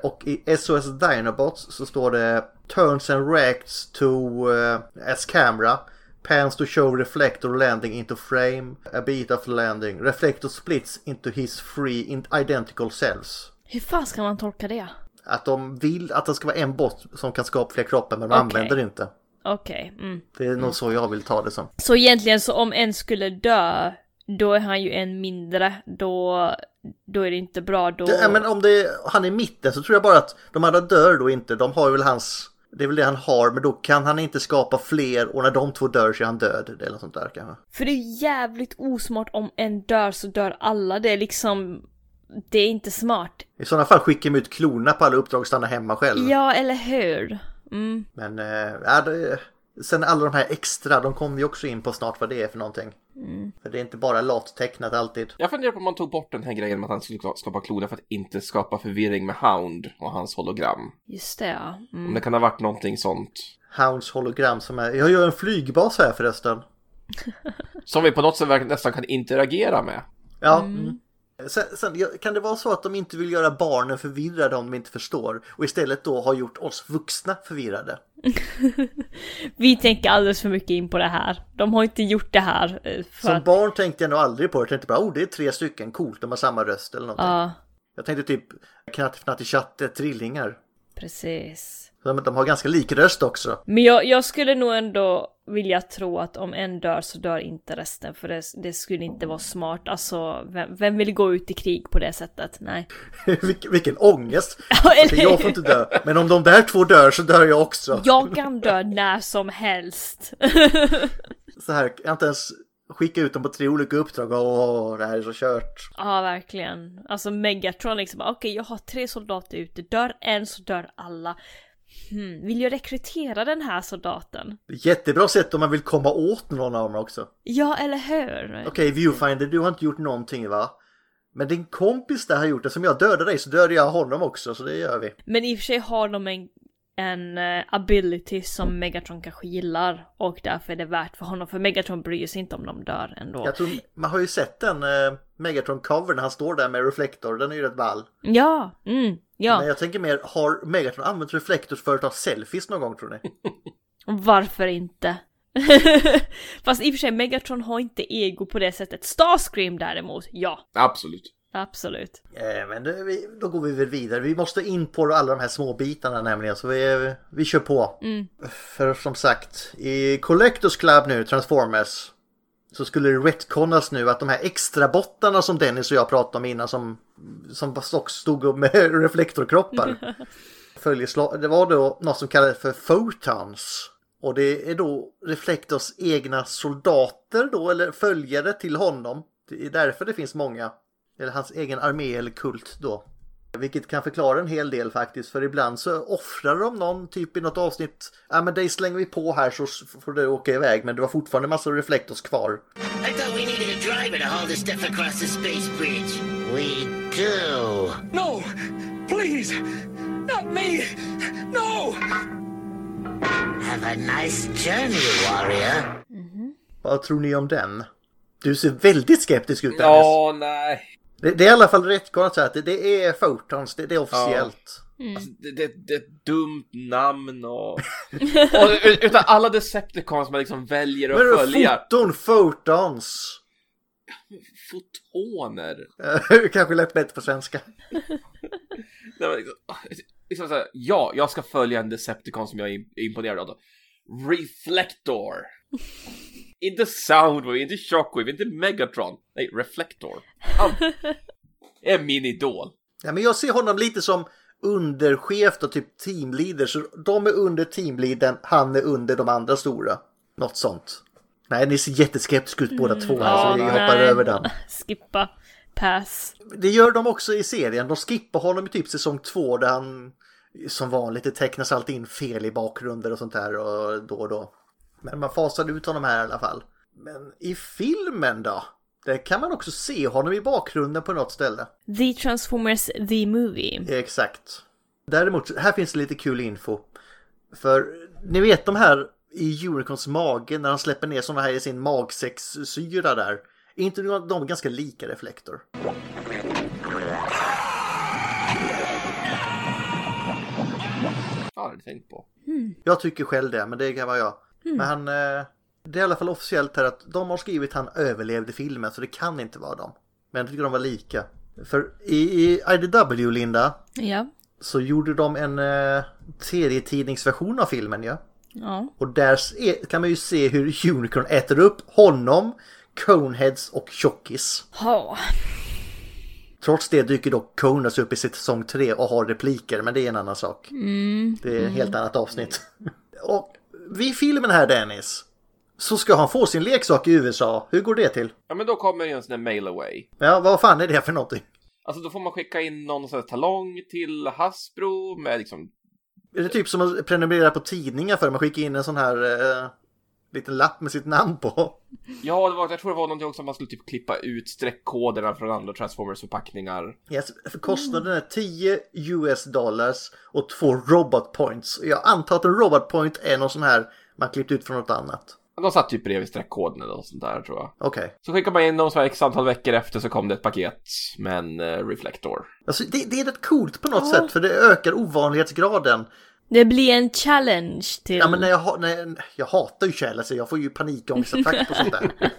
Speaker 4: Och i SOS Dinobots så står det Turns and reacts to eh, as camera. Pans to show reflector landing into frame. A beat after landing. Reflector splits into his three in- identical selves.
Speaker 2: Hur fan ska man tolka det?
Speaker 4: Att de vill att det ska vara en bot som kan skapa fler kroppar men de
Speaker 2: Okej.
Speaker 4: använder det inte.
Speaker 2: Okej, mm.
Speaker 4: Det är nog så jag vill ta det som.
Speaker 2: Så egentligen så om en skulle dö, då är han ju en mindre, då, då är det inte bra, då...
Speaker 4: Ja, men om det är, han är i mitten så tror jag bara att de andra dör då inte. De har ju väl hans... Det är väl det han har men då kan han inte skapa fler och när de två dör så är han död. Eller något sånt där kanske.
Speaker 2: För det är jävligt osmart om en dör så dör alla, det är liksom... Det är inte smart.
Speaker 4: I sådana fall skickar de ut klorna på alla uppdrag och stannar hemma själv.
Speaker 2: Ja, eller hur? Mm.
Speaker 4: Men eh, ja, det, sen alla de här extra, de kommer vi också in på snart vad det är för någonting.
Speaker 2: Mm.
Speaker 4: För det är inte bara lattecknat alltid.
Speaker 1: Jag funderar på om man tog bort den här grejen med att han skulle ska- skapa kloner för att inte skapa förvirring med Hound och hans hologram.
Speaker 2: Just det, ja. Mm.
Speaker 1: Om det kan ha varit någonting sånt.
Speaker 4: Hounds hologram som är... Jag gör en flygbas här förresten.
Speaker 1: Som vi på något sätt verkligen nästan kan interagera med.
Speaker 4: Ja. Mm. Sen, sen, ja, kan det vara så att de inte vill göra barnen förvirrade om de inte förstår och istället då har gjort oss vuxna förvirrade?
Speaker 2: Vi tänker alldeles för mycket in på det här. De har inte gjort det här eh, för
Speaker 4: Som
Speaker 2: att...
Speaker 4: barn tänkte jag nog aldrig på det. Jag tänkte bara, oh det är tre stycken, coolt, de har samma röst eller någonting.
Speaker 2: Ja,
Speaker 4: Jag tänkte typ knattifnattichatte, trillingar.
Speaker 2: precis.
Speaker 4: De, de har ganska lik röst också.
Speaker 2: Men jag, jag skulle nog ändå vilja tro att om en dör så dör inte resten för det, det skulle inte vara smart. Alltså, vem, vem vill gå ut i krig på det sättet? Nej.
Speaker 4: Vilken, vilken ångest!
Speaker 2: eller
Speaker 4: Okej, jag får inte dö, men om de där två dör så dör jag också.
Speaker 2: Jag kan dö när som helst.
Speaker 4: Så här, jag har inte ens skicka ut dem på tre olika uppdrag. Åh, det här är så kört.
Speaker 2: ja, verkligen. Alltså Megatron liksom, bara, okej jag har tre soldater ute, dör en så dör alla. Hmm, vill jag rekrytera den här soldaten?
Speaker 4: Jättebra sätt om man vill komma åt någon av dem också.
Speaker 2: Ja, eller hur?
Speaker 4: Okej, Viewfinder, du har inte gjort någonting va? Men din kompis där har gjort det. Som jag dödade dig så dödade jag honom också, så det gör vi.
Speaker 2: Men i och för sig har de en, en eh, ability som Megatron kanske gillar och därför är det värt för honom för Megatron bryr sig inte om de dör ändå.
Speaker 4: Jag tror, man har ju sett den eh, Megatron-covern när han står där med reflektor. Den är ju rätt ball.
Speaker 2: Ja, mm,
Speaker 4: Men
Speaker 2: ja.
Speaker 4: jag tänker mer, har Megatron använt reflektors för att ta selfies någon gång tror ni?
Speaker 2: Varför inte? Fast i och för sig Megatron har inte ego på det sättet. Starscream däremot, ja.
Speaker 1: Absolut.
Speaker 2: Absolut.
Speaker 4: Eh, Men det- vi- då går vi väl vidare. Vi måste in på alla de här små bitarna nämligen, så vi, vi kör på. För som sagt, i Collectors Club nu, Transformers, så skulle det retconas nu att de här extra bottarna som Dennis och jag pratade om innan som, som också stod upp med reflektorkroppar. Följesla- det var då något som kallades för photons. Och det är då Reflectors egna soldater då, eller följare till honom. Det är därför det finns många. Eller hans egen armé eller kult då. Vilket kan förklara en hel del faktiskt, för ibland så offrar de någon typ i något avsnitt. Ja, men dig slänger vi på här så s- får du åka iväg, men du har fortfarande massa reflektors kvar.
Speaker 5: I thought we needed a driver to haul this stuff across the space bridge. We do.
Speaker 8: No! Please! Not me! No!
Speaker 5: Have a nice journey, warrior.
Speaker 4: Vad tror ni om den? Du ser väldigt skeptisk ut, Dennis.
Speaker 1: Ja, nej.
Speaker 4: Det, det är i alla fall rätt att säga att det, det är photons, det, det är officiellt.
Speaker 1: Alltså, det, det, det är ett dumt namn och... och ut- utan alla Decepticons man liksom väljer
Speaker 4: Men
Speaker 1: att
Speaker 4: det
Speaker 1: följa.
Speaker 4: är foton, photons!
Speaker 1: Fotoner.
Speaker 4: Eh, Kanske lät bättre på svenska.
Speaker 1: Nej, men liksom, liksom så här, ja, jag ska följa en Decepticon som jag är im- imponerad av. då. Reflector. inte Soundwave, inte Shockwave, inte Megatron. Nej, Reflector. Han är min idol.
Speaker 4: Ja, men jag ser honom lite som underchef och typ teamleader. Så de är under teamleadern, han är under de andra stora. Något sånt. Nej, ni ser jätteskeptiska ut båda två här så vi hoppar
Speaker 2: nej.
Speaker 4: över den.
Speaker 2: Skippa. Pass.
Speaker 4: Det gör de också i serien. De skippar honom i typ säsong två där han som vanligt det tecknas alltid in fel i bakgrunder och sånt där och då och då. Men man fasade ut honom här i alla fall. Men i filmen då? Där kan man också se honom i bakgrunden på något ställe.
Speaker 2: The Transformers The Movie.
Speaker 4: Exakt. Däremot, här finns det lite kul info. För ni vet de här i Unicorns mage när han släpper ner sådana här i sin magsäckssyra där. Är inte de ganska lika reflektor?
Speaker 1: Jag har aldrig tänkt på.
Speaker 4: Jag tycker själv det, men det kan vara jag. Men han... eh, Det är i alla fall officiellt här att de har skrivit han överlevde filmen, så det kan inte vara dem. Men jag tycker de var lika. För i, i IDW, Linda,
Speaker 2: Ja.
Speaker 4: så gjorde de en eh, serietidningsversion av filmen ja.
Speaker 2: Ja.
Speaker 4: Och där se- kan man ju se hur Unicorn äter upp honom, Coneheads och Tjockis.
Speaker 2: Ha.
Speaker 4: Trots det dyker dock Conas upp i säsong 3 och har repliker, men det är en annan sak. Det är ett helt annat avsnitt. och vid filmen här Dennis, så ska han få sin leksak i USA. Hur går det till?
Speaker 1: Ja, men då kommer ju en sån där mail away.
Speaker 4: Ja, vad fan är det för någonting?
Speaker 1: Alltså, då får man skicka in någon sån här talong till Hasbro med liksom
Speaker 4: Är det typ som att prenumerera på tidningar för man skickar in en sån här eh, liten lapp med sitt namn på?
Speaker 1: Ja, det var, jag tror det var någonting också att man skulle typ klippa ut streckkoderna från andra Transformers-förpackningar.
Speaker 4: Yes, för kostnaden är 10 US dollars och två robot points. Jag antar att en robot point är någon sån här man klippt ut från något annat.
Speaker 1: De satt typ bredvid streckkoden eller något sånt där tror jag.
Speaker 4: Okej.
Speaker 1: Så skickade man in dem så här x antal veckor efter så kom det ett paket med en eh, reflektor.
Speaker 4: Alltså, det, det är rätt coolt på något sätt för det ökar ovanlighetsgraden.
Speaker 2: Det blir en challenge till...
Speaker 4: Ja, men när jag, ha- när jag, jag hatar ju Kjell, alltså jag får ju panikångestattack på sånt där.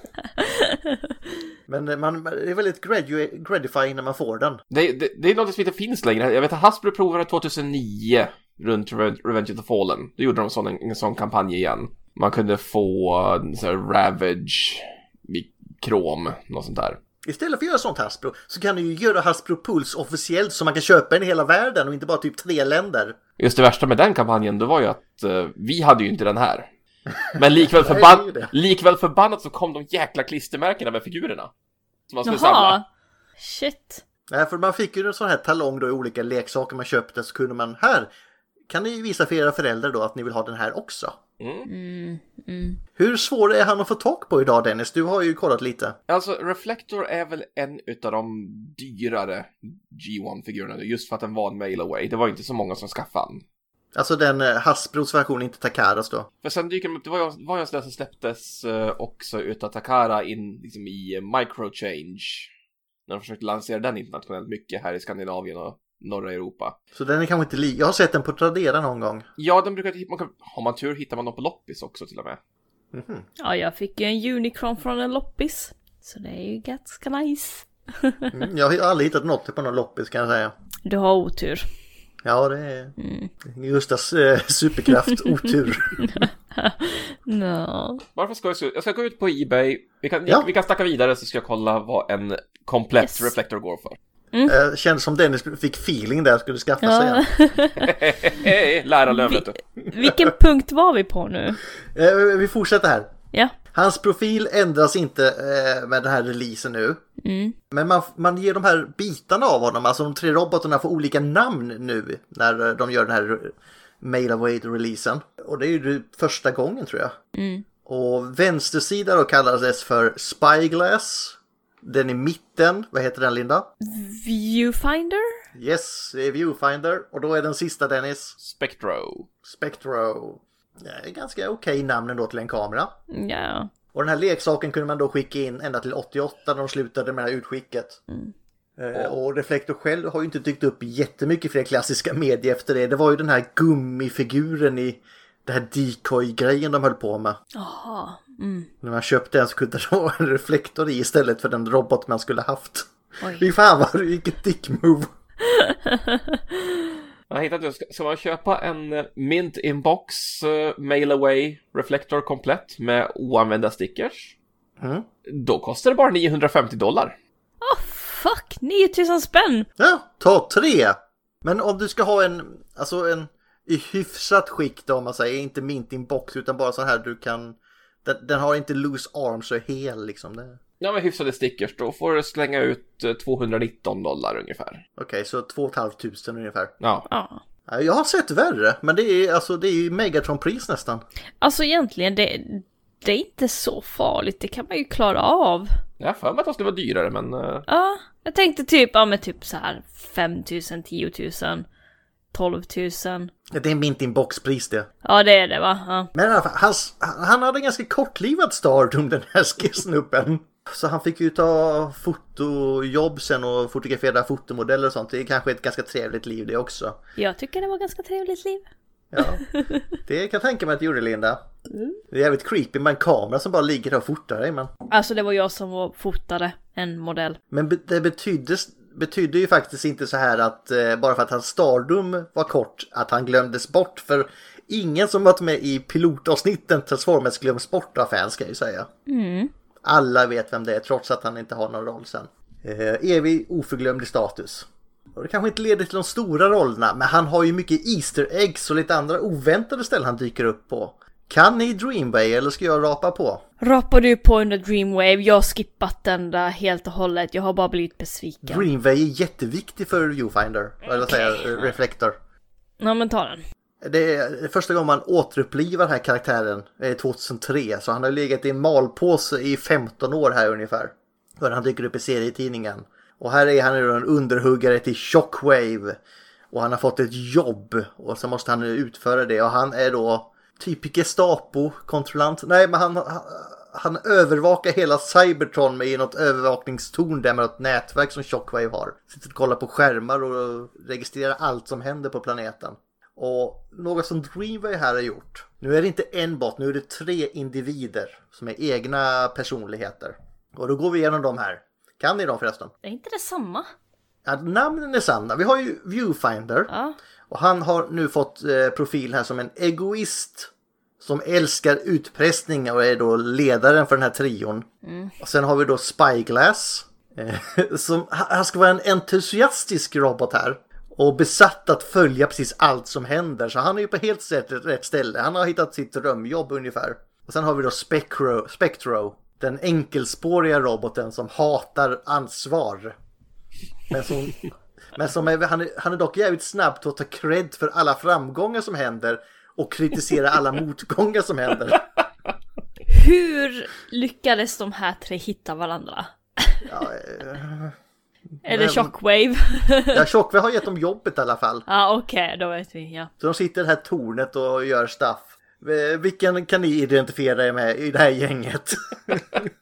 Speaker 4: Men eh, man, man- det är väldigt gradu- gratifying när man får den.
Speaker 1: Det, det, det är något som inte finns längre. Jag vet att Hasbro provade 2009 runt Reven- Revenge of the Fallen. Då gjorde de sån, en, en sån kampanj igen. Man kunde få eh, en sån här Ravage i krom, något sånt där.
Speaker 4: Istället för att göra sånt Hasbro så kan du ju göra Hasbro Pulse officiellt så man kan köpa den i hela världen och inte bara typ tre länder.
Speaker 1: Just det värsta med den kampanjen, det var ju att eh, vi hade ju inte den här. Men likväl,
Speaker 4: Nej, det är ju
Speaker 1: förban-
Speaker 4: det.
Speaker 1: likväl förbannat så kom de jäkla klistermärkena med figurerna. Som man skulle samla.
Speaker 2: Jaha. Shit.
Speaker 4: Nej, för man fick ju en sån här talong då i olika leksaker man köpte så kunde man här kan ni visa för era föräldrar då att ni vill ha den här också.
Speaker 1: Mm.
Speaker 2: Mm,
Speaker 4: Hur svår är han att få tag på idag Dennis? Du har ju kollat lite.
Speaker 1: Alltså, Reflector är väl en utav de dyrare G1-figurerna nu, just för att den var en mail away. Det var ju inte så många som skaffade den.
Speaker 4: Alltså den eh, Hasbros version, inte Takaras då.
Speaker 1: För sen dyker de upp, det var ju, var ju en sån där som släpptes eh, också utav Takara in liksom i eh, Microchange. När de försökte lansera den internationellt mycket här i Skandinavien och norra Europa.
Speaker 4: Så den är kanske inte li... Jag har sett den på Tradera någon gång.
Speaker 1: Ja, den brukar, man kan, har man tur hittar man dem på loppis också till och med.
Speaker 2: Ja, jag fick ju en Unicron från en loppis. Så det är ju ganska nice.
Speaker 4: Mm, Jag har ju aldrig hittat något på någon loppis kan jag säga.
Speaker 2: Du har otur.
Speaker 4: Ja, det är Gustavs eh, superkraft, otur.
Speaker 2: No.
Speaker 1: Varför ska jag så? Jag ska gå ut på Ebay. Vi kan,
Speaker 4: Ja.
Speaker 1: vi kan snacka vidare så ska jag kolla vad en komplett
Speaker 2: Yes.
Speaker 1: reflektor går för.
Speaker 4: Eh, Känns som Dennis fick feeling där, skulle skaffa sig en.
Speaker 2: Ja.
Speaker 1: Hej, lärarlöv
Speaker 2: Vi-
Speaker 1: vet du.
Speaker 2: Vilken punkt var vi på nu?
Speaker 4: Eh, Vi fortsätter här.
Speaker 2: Ja.
Speaker 4: Hans profil ändras inte eh, med den här releasen nu. Men man, man ger de här bitarna av honom, alltså de tre robotarna får olika namn nu när eh, de gör den här Mail away releasen Och det är ju det första gången tror jag. Och vänstersida då kallades för Spyglass. Den i mitten, vad heter den Linda?
Speaker 2: Viewfinder?
Speaker 4: Yes, det är Viewfinder. Och då är den sista Dennis,
Speaker 1: Spectro.
Speaker 4: Spectro. Eh, Ganska okej namn ändå till en kamera.
Speaker 2: Ja.
Speaker 4: Och den här leksaken kunde man då skicka in ända till 88 när de slutade med det här utskicket. Eh, Och Reflektor själv har ju inte dykt upp jättemycket fler klassiska medier efter det. Det var ju den här gummifiguren i den här decoy-grejen de höll på med.
Speaker 2: Jaha. Mm.
Speaker 4: När man köpte en så kunde det vara en reflektor i istället för den robot man skulle haft.
Speaker 2: Oj.
Speaker 4: Fy fan vad vilket dick-move.
Speaker 1: Jag har hittat nu. Ska, ska man köpa en eh, Mint Inbox eh, Mail Away Reflektor komplett med oanvända stickers?
Speaker 4: Mm.
Speaker 1: Då kostar det bara 950 dollar.
Speaker 2: Åh fuck! 9000 spänn!
Speaker 4: Ja, ta tre! Men om du ska ha en, alltså en i hyfsat skick då om man säger, inte mint in box utan bara så här du kan, den, den har inte loose arms och är hel liksom. Det-
Speaker 1: Ja, men hyfsade stickers. Då får du slänga ut eh, 219 dollar ungefär.
Speaker 4: Okej, så två och ett halvt tusen ungefär.
Speaker 1: Ja.
Speaker 2: Ja.
Speaker 4: Ja, Jag har sett värre, men det är alltså det är ju Megatron-pris nästan.
Speaker 2: Alltså egentligen, det, det är inte så farligt. Det kan man ju klara av.
Speaker 1: Jag har för mig att de skulle vara dyrare, men... eh,
Speaker 2: Ja, jag tänkte typ, ja men typ så här 5000, 10 000, 12 000.
Speaker 4: Det är mint in box-pris det.
Speaker 2: Ja det är det va? Ja.
Speaker 4: Men i alla fall, hans, han han hade en ganska kortlivad stardom den här snubben. Så han fick ju ta fotojobb sen och fotografera fotomodeller och sånt. Det är kanske ett ganska trevligt liv det också.
Speaker 2: Jag tycker det var ganska trevligt liv.
Speaker 4: Ja, det kan jag tänka mig att det gjorde Linda. Det är jävligt creepy med en kamera som bara ligger där och fotar dig. Men,
Speaker 2: Alltså det var jag som var fotade en modell.
Speaker 4: men be- det betydde, betydde ju faktiskt inte så här att eh, bara för att hans stardom var kort att han glömdes bort. För ingen som varit med i pilotavsnitten Transformers glöms bort av fans ska jag ju säga.
Speaker 2: Mm.
Speaker 4: Alla vet vem det är trots att han inte har någon roll sen. Eh, evig oförglömlig status. Och det kanske inte leder till de stora rollerna, men han har ju mycket Easter eggs och lite andra oväntade ställen han dyker upp på. Kan ni Dreamway eller ska jag rapa på?
Speaker 2: Rappar du på under Dreamwave? Jag har skippat den där helt och hållet. Jag har bara blivit besviken.
Speaker 4: Dreamway är jätteviktig för Viewfinder, eller vad säger jag, eh, Reflector.
Speaker 2: Ja men ta den.
Speaker 4: Det är första gången man återupplivar den här karaktären eh, 2003, så han har legat i en malpåse i 15 år här ungefär. Och han dyker upp i serietidningen. Och här är han ju då en underhuggare till Shockwave. Och han har fått ett jobb och så måste han nu utföra det och han är då typ Gestapo-kontrollant. Nej, men han, han, han övervakar hela Cybertron med i något övervakningstorn där med ett nätverk som Shockwave har. Sitter och kollar på skärmar och registrerar allt som händer på planeten. Och något som Dreamway här har gjort. Nu är det inte en bot, nu är det tre individer som är egna personligheter. Och då går vi igenom dem här. Kan ni dem förresten?
Speaker 2: Är inte det samma?
Speaker 4: Ja, namnen är samma. Vi har ju Viewfinder.
Speaker 2: Ja.
Speaker 4: Och han har nu fått eh, profil här som en egoist. Som älskar utpressning och är då ledaren för den här trion. Och sen har vi då Spyglass. eh, Som, han han ska vara en entusiastisk robot här. Och besatt att följa precis allt som händer. Så han är ju på helt sätt rätt ställe. Han har hittat sitt drömjobb ungefär. Och sen har vi då Spectro. Spectro den enkelspåriga roboten som hatar ansvar. Men som, men som är, han, är, han är dock jävligt snabb till att ta cred för alla framgångar som händer och kritisera alla motgångar som händer.
Speaker 2: Hur lyckades de här tre hitta varandra?
Speaker 4: Ja, eh,
Speaker 2: Eller
Speaker 4: Nej, men-
Speaker 2: Shockwave?
Speaker 4: ja, Tjockve har gett dem jobbet i alla fall.
Speaker 2: ja okej, då vet vi. Ja.
Speaker 4: Så de sitter i det här tornet och gör stuff. Eh, Vilken kan ni identifiera er med i det här gänget?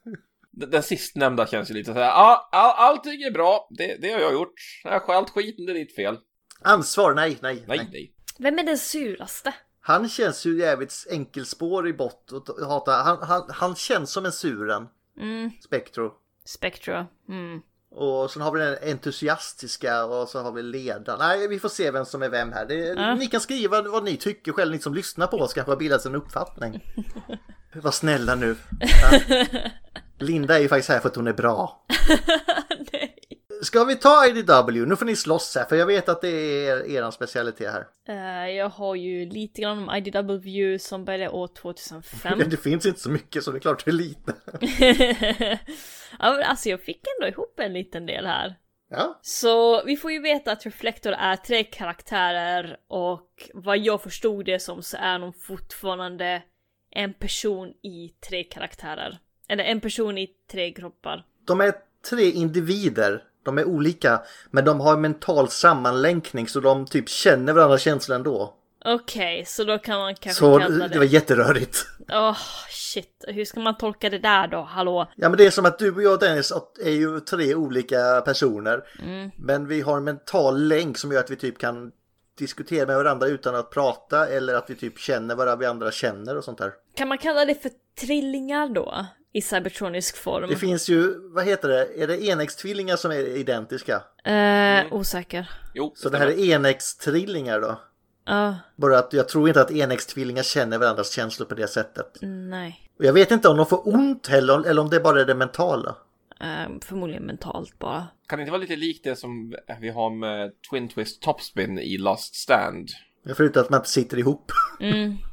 Speaker 1: Den den sistnämnda känns ju lite så här, ah, all, allting är bra, det, det har jag gjort. Jag har skält skiten, det är ditt fel.
Speaker 4: Ansvar? Nej, nej,
Speaker 1: Nej,
Speaker 4: nej.
Speaker 1: nej.
Speaker 2: Vem är den suraste?
Speaker 4: Han känns ju jävligt enkelspår i bott och t- hatar. Han, han, han känns som en suren.
Speaker 2: Mm,
Speaker 4: Spektro.
Speaker 2: Spectra. Mm.
Speaker 4: Och sen har vi den entusiastiska och så har vi ledaren. Nej, vi får se vem som är vem här. Det,
Speaker 2: Ja.
Speaker 4: Ni kan skriva vad ni tycker själv, ni som lyssnar på oss kanske har bildat en uppfattning. Var snälla nu. Ja. Linda är ju faktiskt här för att hon är bra.
Speaker 2: Nej.
Speaker 4: Ska vi ta IDW? Nu får ni slåss här, för jag vet att det är er specialitet här.
Speaker 2: Eh, jag har ju lite grann om IDW som började år 2005.
Speaker 4: Ja, det finns inte så mycket, så det är klart det är lite.
Speaker 2: ja, men alltså jag fick ändå ihop en liten del här.
Speaker 4: Ja,
Speaker 2: Så vi får ju veta att Reflector är tre karaktärer och vad jag förstod det som så är de fortfarande en person i tre karaktärer. Eller en person i tre kroppar.
Speaker 4: de är tre individer. De är olika, men de har en mental sammanlänkning så de typ känner varandras känslor ändå.
Speaker 2: Okej, så då kan man kanske
Speaker 4: Så
Speaker 2: kalla
Speaker 4: det var
Speaker 2: det...
Speaker 4: jätterörigt.
Speaker 2: Åh, shit. Hur ska man tolka det där då? Hallå?
Speaker 4: Ja men det är som att du och jag Dennis är ju tre olika personer. Men vi har en mental länk som gör att vi typ kan diskutera med varandra utan att prata eller att vi typ känner vad vi andra känner och sånt där.
Speaker 2: Kan man kalla det för trillingar då? I cybertronisk form?
Speaker 4: Det finns ju, vad heter det, är det enäggstvillingar som är identiska?
Speaker 2: Eh, osäker.
Speaker 1: Jo,
Speaker 4: Så det här är enäggstrillingar då?
Speaker 2: Ja,
Speaker 4: Bara att jag tror inte att enäggstvillingar känner varandras känslor på det sättet.
Speaker 2: nej.
Speaker 4: Och jag vet inte om de får ont heller eller om det bara är det mentala.
Speaker 2: Eh, förmodligen mentalt bara.
Speaker 1: Kan det inte vara lite likt det som vi har med Twin Twist Topspin i Last Stand?
Speaker 4: Förutom att man inte sitter ihop.
Speaker 2: Mm.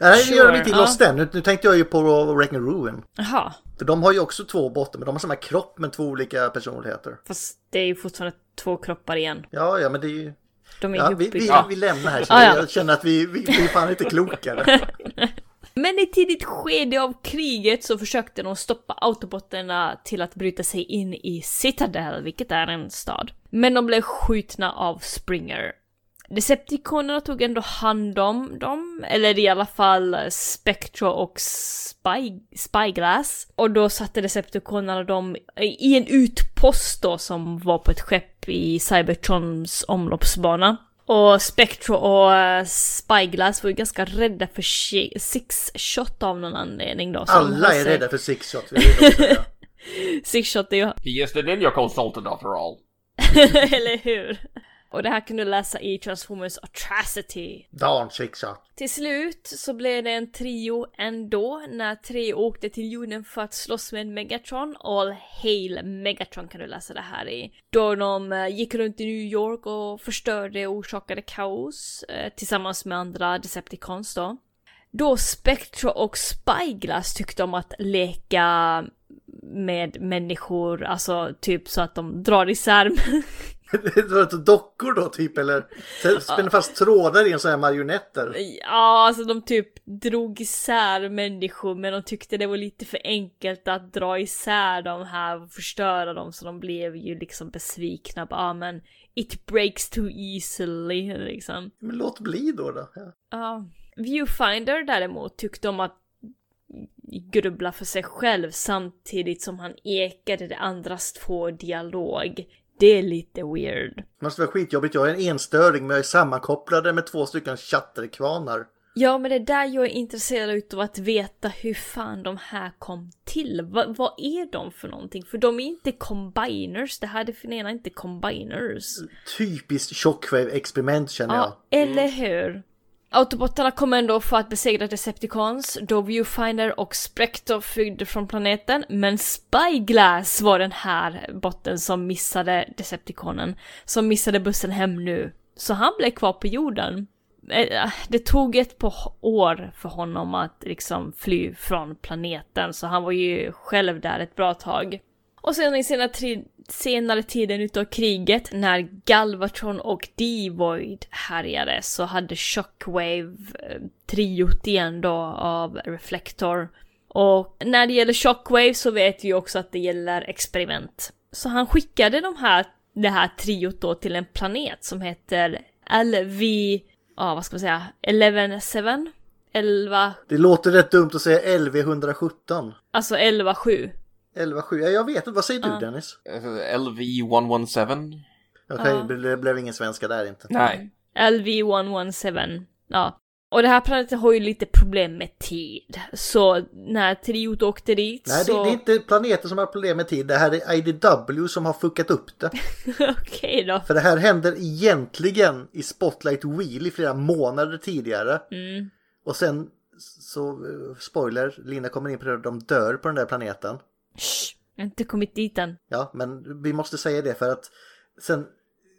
Speaker 4: Nej, det gör de inte i
Speaker 2: Sure,
Speaker 4: Lost End. Nu, nu tänkte jag ju på Wrecking Ruin.
Speaker 2: Jaha.
Speaker 4: För de har ju också två botten, men de har samma kropp men två olika personligheter.
Speaker 2: Fast det är ju fortfarande två kroppar igen.
Speaker 4: Ja, ja, men det är ju...
Speaker 2: De är
Speaker 4: Ja, vi,
Speaker 2: ihopbyggda.
Speaker 4: vi, vi lämnar här.
Speaker 2: liksom. Ja, ja.
Speaker 4: Jag känner att vi, vi, vi är fan inte klokare.
Speaker 2: Men i tidigt skede av kriget så försökte de stoppa autobotterna till att bryta sig in i Citadel, vilket är en stad. Men de blev skjutna av Springer. Decepticonerna tog ändå hand om dem, eller i alla fall Spectra och Spy, Spyglass. Och då satte Decepticonerna dem i en utpost då som var på ett skepp i Cybertrons omloppsbana. Och Spectra och eh, Spyglass var ju ganska rädda för shi- Six Shot av någon anledning då. som
Speaker 4: Alla
Speaker 2: höll
Speaker 4: är
Speaker 2: sig-
Speaker 4: rädda för six shot. vill jag säga.
Speaker 2: Six Shot är ju
Speaker 1: He is the ninja consultant after all.
Speaker 2: Eller hur? Och det här kan du läsa i Transformers Atrocity.
Speaker 4: Darn six shot.
Speaker 2: Till slut så blev det en trio ändå när tre åkte till jorden för att slåss med Megatron. All Hail Megatron kan du läsa det här i. Då de eh, gick runt i New York och förstörde och orsakade kaos eh, tillsammans med andra Decepticons då. Då Spectra och Spyglass tyckte om att leka med människor, alltså typ så att de drar isär
Speaker 4: Det var ett dockor då typ, eller Så spänner fast trådar i en sån här marionetter.
Speaker 2: Ja, alltså de typ drog isär människor men de tyckte det var lite för enkelt att dra isär dem här och förstöra dem så de blev ju liksom besvikna. Bara, ah, men it breaks too easily liksom.
Speaker 4: Men låt bli då. då. Ja.
Speaker 2: Ja. Viewfinder däremot tyckte om att grubbla för sig själv samtidigt som han ekade det andras två dialog. Det är lite weird.
Speaker 4: Det måste vara skitjobbigt. Jag är en enstöring men jag är sammankopplad med två stycken chatterkvarnar.
Speaker 2: Ja, men det är där jag är intresserad utav att veta hur fan de här kom till. Va, vad är de för någonting? För de är inte combiners, det här definierar inte combiners.
Speaker 4: Typiskt shockwave-experiment känner jag.
Speaker 2: Ja, eller hur? Autobottarna kom ändå för att besegra Decepticons, då Viewfinder och Spector flydde från planeten, men Spyglass var den här botten som missade Decepticonen, som missade bussen hem nu. Så han blev kvar på jorden. Eh, Det tog ett par år för honom att liksom fly från planeten, så han var ju själv där ett bra tag. Och sen i senare, tri- senare tiden utav kriget när Galvatron och D-Void härjade så hade Shockwave eh, triot igen då av Reflector. Och när det gäller Shockwave så vet vi också att det gäller experiment. Så han skickade de här, det här triot då till en planet som heter LV... Ja, vad ska man säga? 117? 11...
Speaker 4: Det låter rätt dumt att säga LV117.
Speaker 2: Alltså 117.
Speaker 4: 11-7, ja, jag vet inte. Vad säger du Dennis?
Speaker 1: Eh, LV117?
Speaker 4: Jag kan, det blev ingen svenska där inte.
Speaker 1: Nej.
Speaker 2: LV117. Ja. Och det här planeten har ju lite problem med tid. Så när Triot åkte dit
Speaker 4: Nej, det,
Speaker 2: så...
Speaker 4: det är inte planeten som har problem med tid. Det här är IDW som har fuckat upp det.
Speaker 2: Okej då.
Speaker 4: För det här händer egentligen i Spotlight Wheel i flera månader tidigare.
Speaker 2: Mm.
Speaker 4: Och sen, så eh, spoiler, Lina kommer in på det, de dör på den där planeten.
Speaker 2: Shh, jag har inte kommit dit än.
Speaker 4: Ja, men vi måste säga det för att sen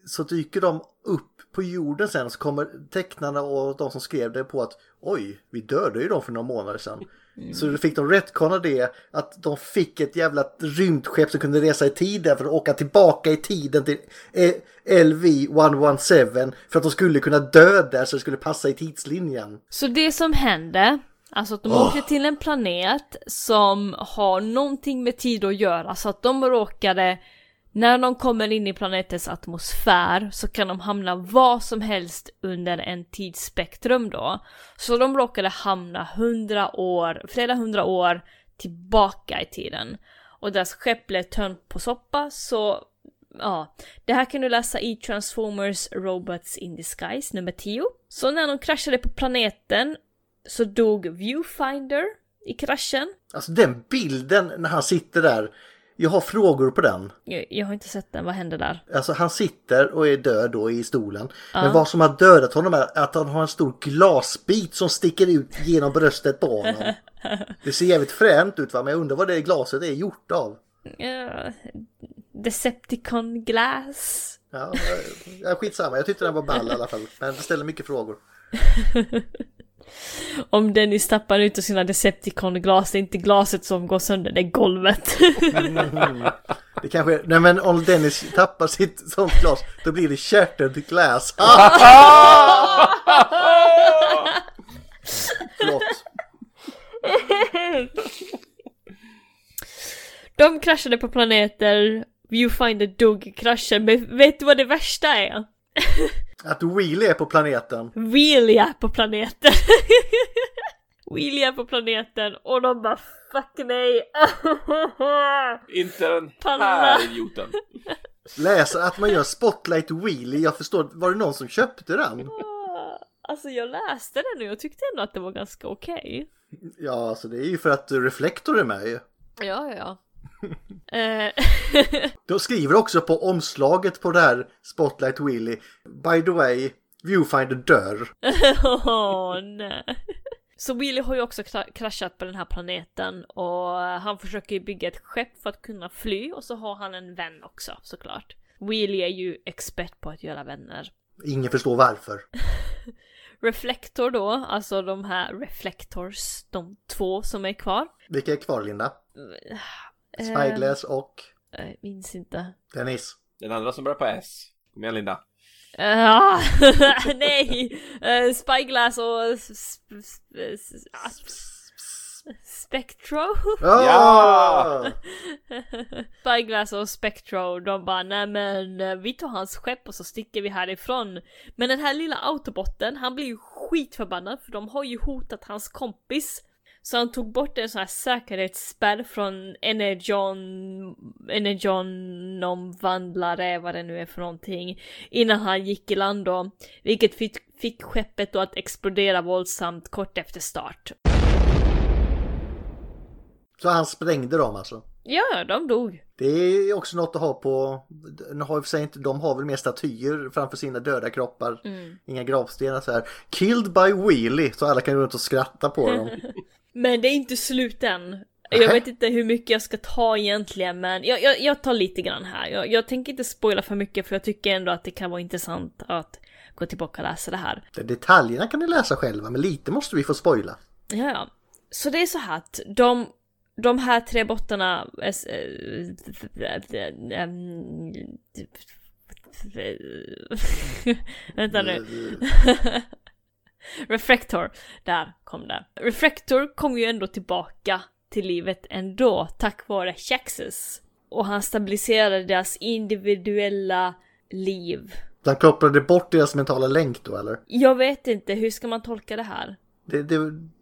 Speaker 4: så dyker de upp på jorden sen och så kommer tecknarna och de som skrev det på att oj, vi dödade ju dem för några månader sedan. Så då fick de retconna det att de fick ett jävla rymdskepp som kunde resa i tiden för att åka tillbaka i tiden till eh, LV-117 för att de skulle kunna dö där så det skulle passa i tidslinjen.
Speaker 2: Så det som hände, alltså att de åkte till en planet som har någonting med tid att göra, så att de råkade, när de kommer in i planetens atmosfär så kan de hamna var som helst under en tidsspektrum då. Så de råkade hamna hundra år, flera hundra år tillbaka i tiden. Och deras skepp blev tömt på soppa så Ja, det här kan du läsa i Transformers Robots in Disguise nummer 10. Så när de kraschade på planeten så dog Viewfinder i kraschen.
Speaker 4: Alltså den bilden när han sitter där, jag har frågor på den.
Speaker 2: Jag, jag har inte sett den, vad hände där?
Speaker 4: Alltså han sitter och är död då i stolen. Men vad som har dödat honom är att han har en stor glasbit som sticker ut genom bröstet på honom. Det ser jävligt fränt ut va, men jag undrar vad det glaset är gjort av.
Speaker 2: Eh, Decepticon Glass.
Speaker 4: Ja, eh, ja, skitsamma, jag tyckte den var ball i alla fall. Men det ställer mycket frågor.
Speaker 2: Om Dennis tappar ut sina Decepticon-glas, det är inte glaset som går sönder, det är golvet.
Speaker 4: Det kanske, nej men om Dennis tappar sitt sånt glas, då blir det shattered glass. Förlåt.
Speaker 2: de kraschade på planeter, Viewfinder dog i kraschen, men vet du vad det värsta är?
Speaker 4: Att Wheelie är på planeten.
Speaker 2: Wheelie är på planeten. Wheelie är på planeten och de bara fuck nej.
Speaker 1: Inte den
Speaker 2: Palla.
Speaker 1: här idioten.
Speaker 4: Läser att man gör spotlight wheelie, jag förstår, var det någon som köpte den?
Speaker 2: alltså jag läste den och jag tyckte ändå att det var ganska okej.
Speaker 4: Ja, alltså det är ju för att Reflektor är med ju.
Speaker 2: Ja, ja. Eh,
Speaker 4: De skriver också på omslaget på det här Spotlight Willy. By the way, Viewfinder dör.
Speaker 2: Åh nej. Så Willy har ju också kra- kraschat på den här planeten och han försöker ju bygga ett skepp för att kunna fly och så har han en vän också såklart. Willy är ju expert på att göra vänner.
Speaker 4: Ingen förstår varför.
Speaker 2: Reflektor då, alltså de här reflectors, de två som är kvar.
Speaker 4: Vilka är kvar Linda?
Speaker 2: Eh,
Speaker 4: Spyglass och
Speaker 2: Jag minns inte.
Speaker 4: Dennis.
Speaker 1: Den andra som börjar på S. Kom igen Linda.
Speaker 2: Ah, nej! Eh, Spyglass och... s- s- s- s- ah, Spectro?
Speaker 1: Ja!
Speaker 2: Spyglass och Spectro, de bara nej men eh, vi tar hans skepp och så sticker vi härifrån. Men den här lilla autobotten, han blir ju skitförbannad för de har ju hotat hans kompis. Så han tog bort en sån här säkerhetsspärr från Energon... Energonomvandlare, vad det nu är för någonting. Innan han gick i land då. Vilket fick, fick skeppet då att explodera våldsamt kort efter start.
Speaker 4: Så han sprängde dem alltså.
Speaker 2: Ja, de dog.
Speaker 4: Det är också något att ha på, nu har jag i och för sig inte, de har väl mer statyer framför sina döda kroppar. Inga gravstenar så här. Killed by Wheelie, så alla kan gå runt och skratta på dem.
Speaker 2: Men det är inte slut än. Jag vet inte hur mycket jag ska ta egentligen men jag, jag, jag tar lite grann här. Jag, jag tänker inte spoila för mycket för jag tycker ändå att det kan vara intressant att gå tillbaka och läsa det här.
Speaker 4: Detaljerna kan ni läsa själva, men lite måste vi få spoila.
Speaker 2: Ja, ja. Så det är så här att de, de här tre bottarna... eh, eh, ehm, Vänta nu. Reflector, där kom det. Reflector kom ju ändå tillbaka till livet ändå tack vare Chaxes. Och han stabiliserade deras individuella liv.
Speaker 4: Han kopplade bort deras mentala länk då eller?
Speaker 2: Jag vet inte, hur ska man tolka det här?
Speaker 4: Det, det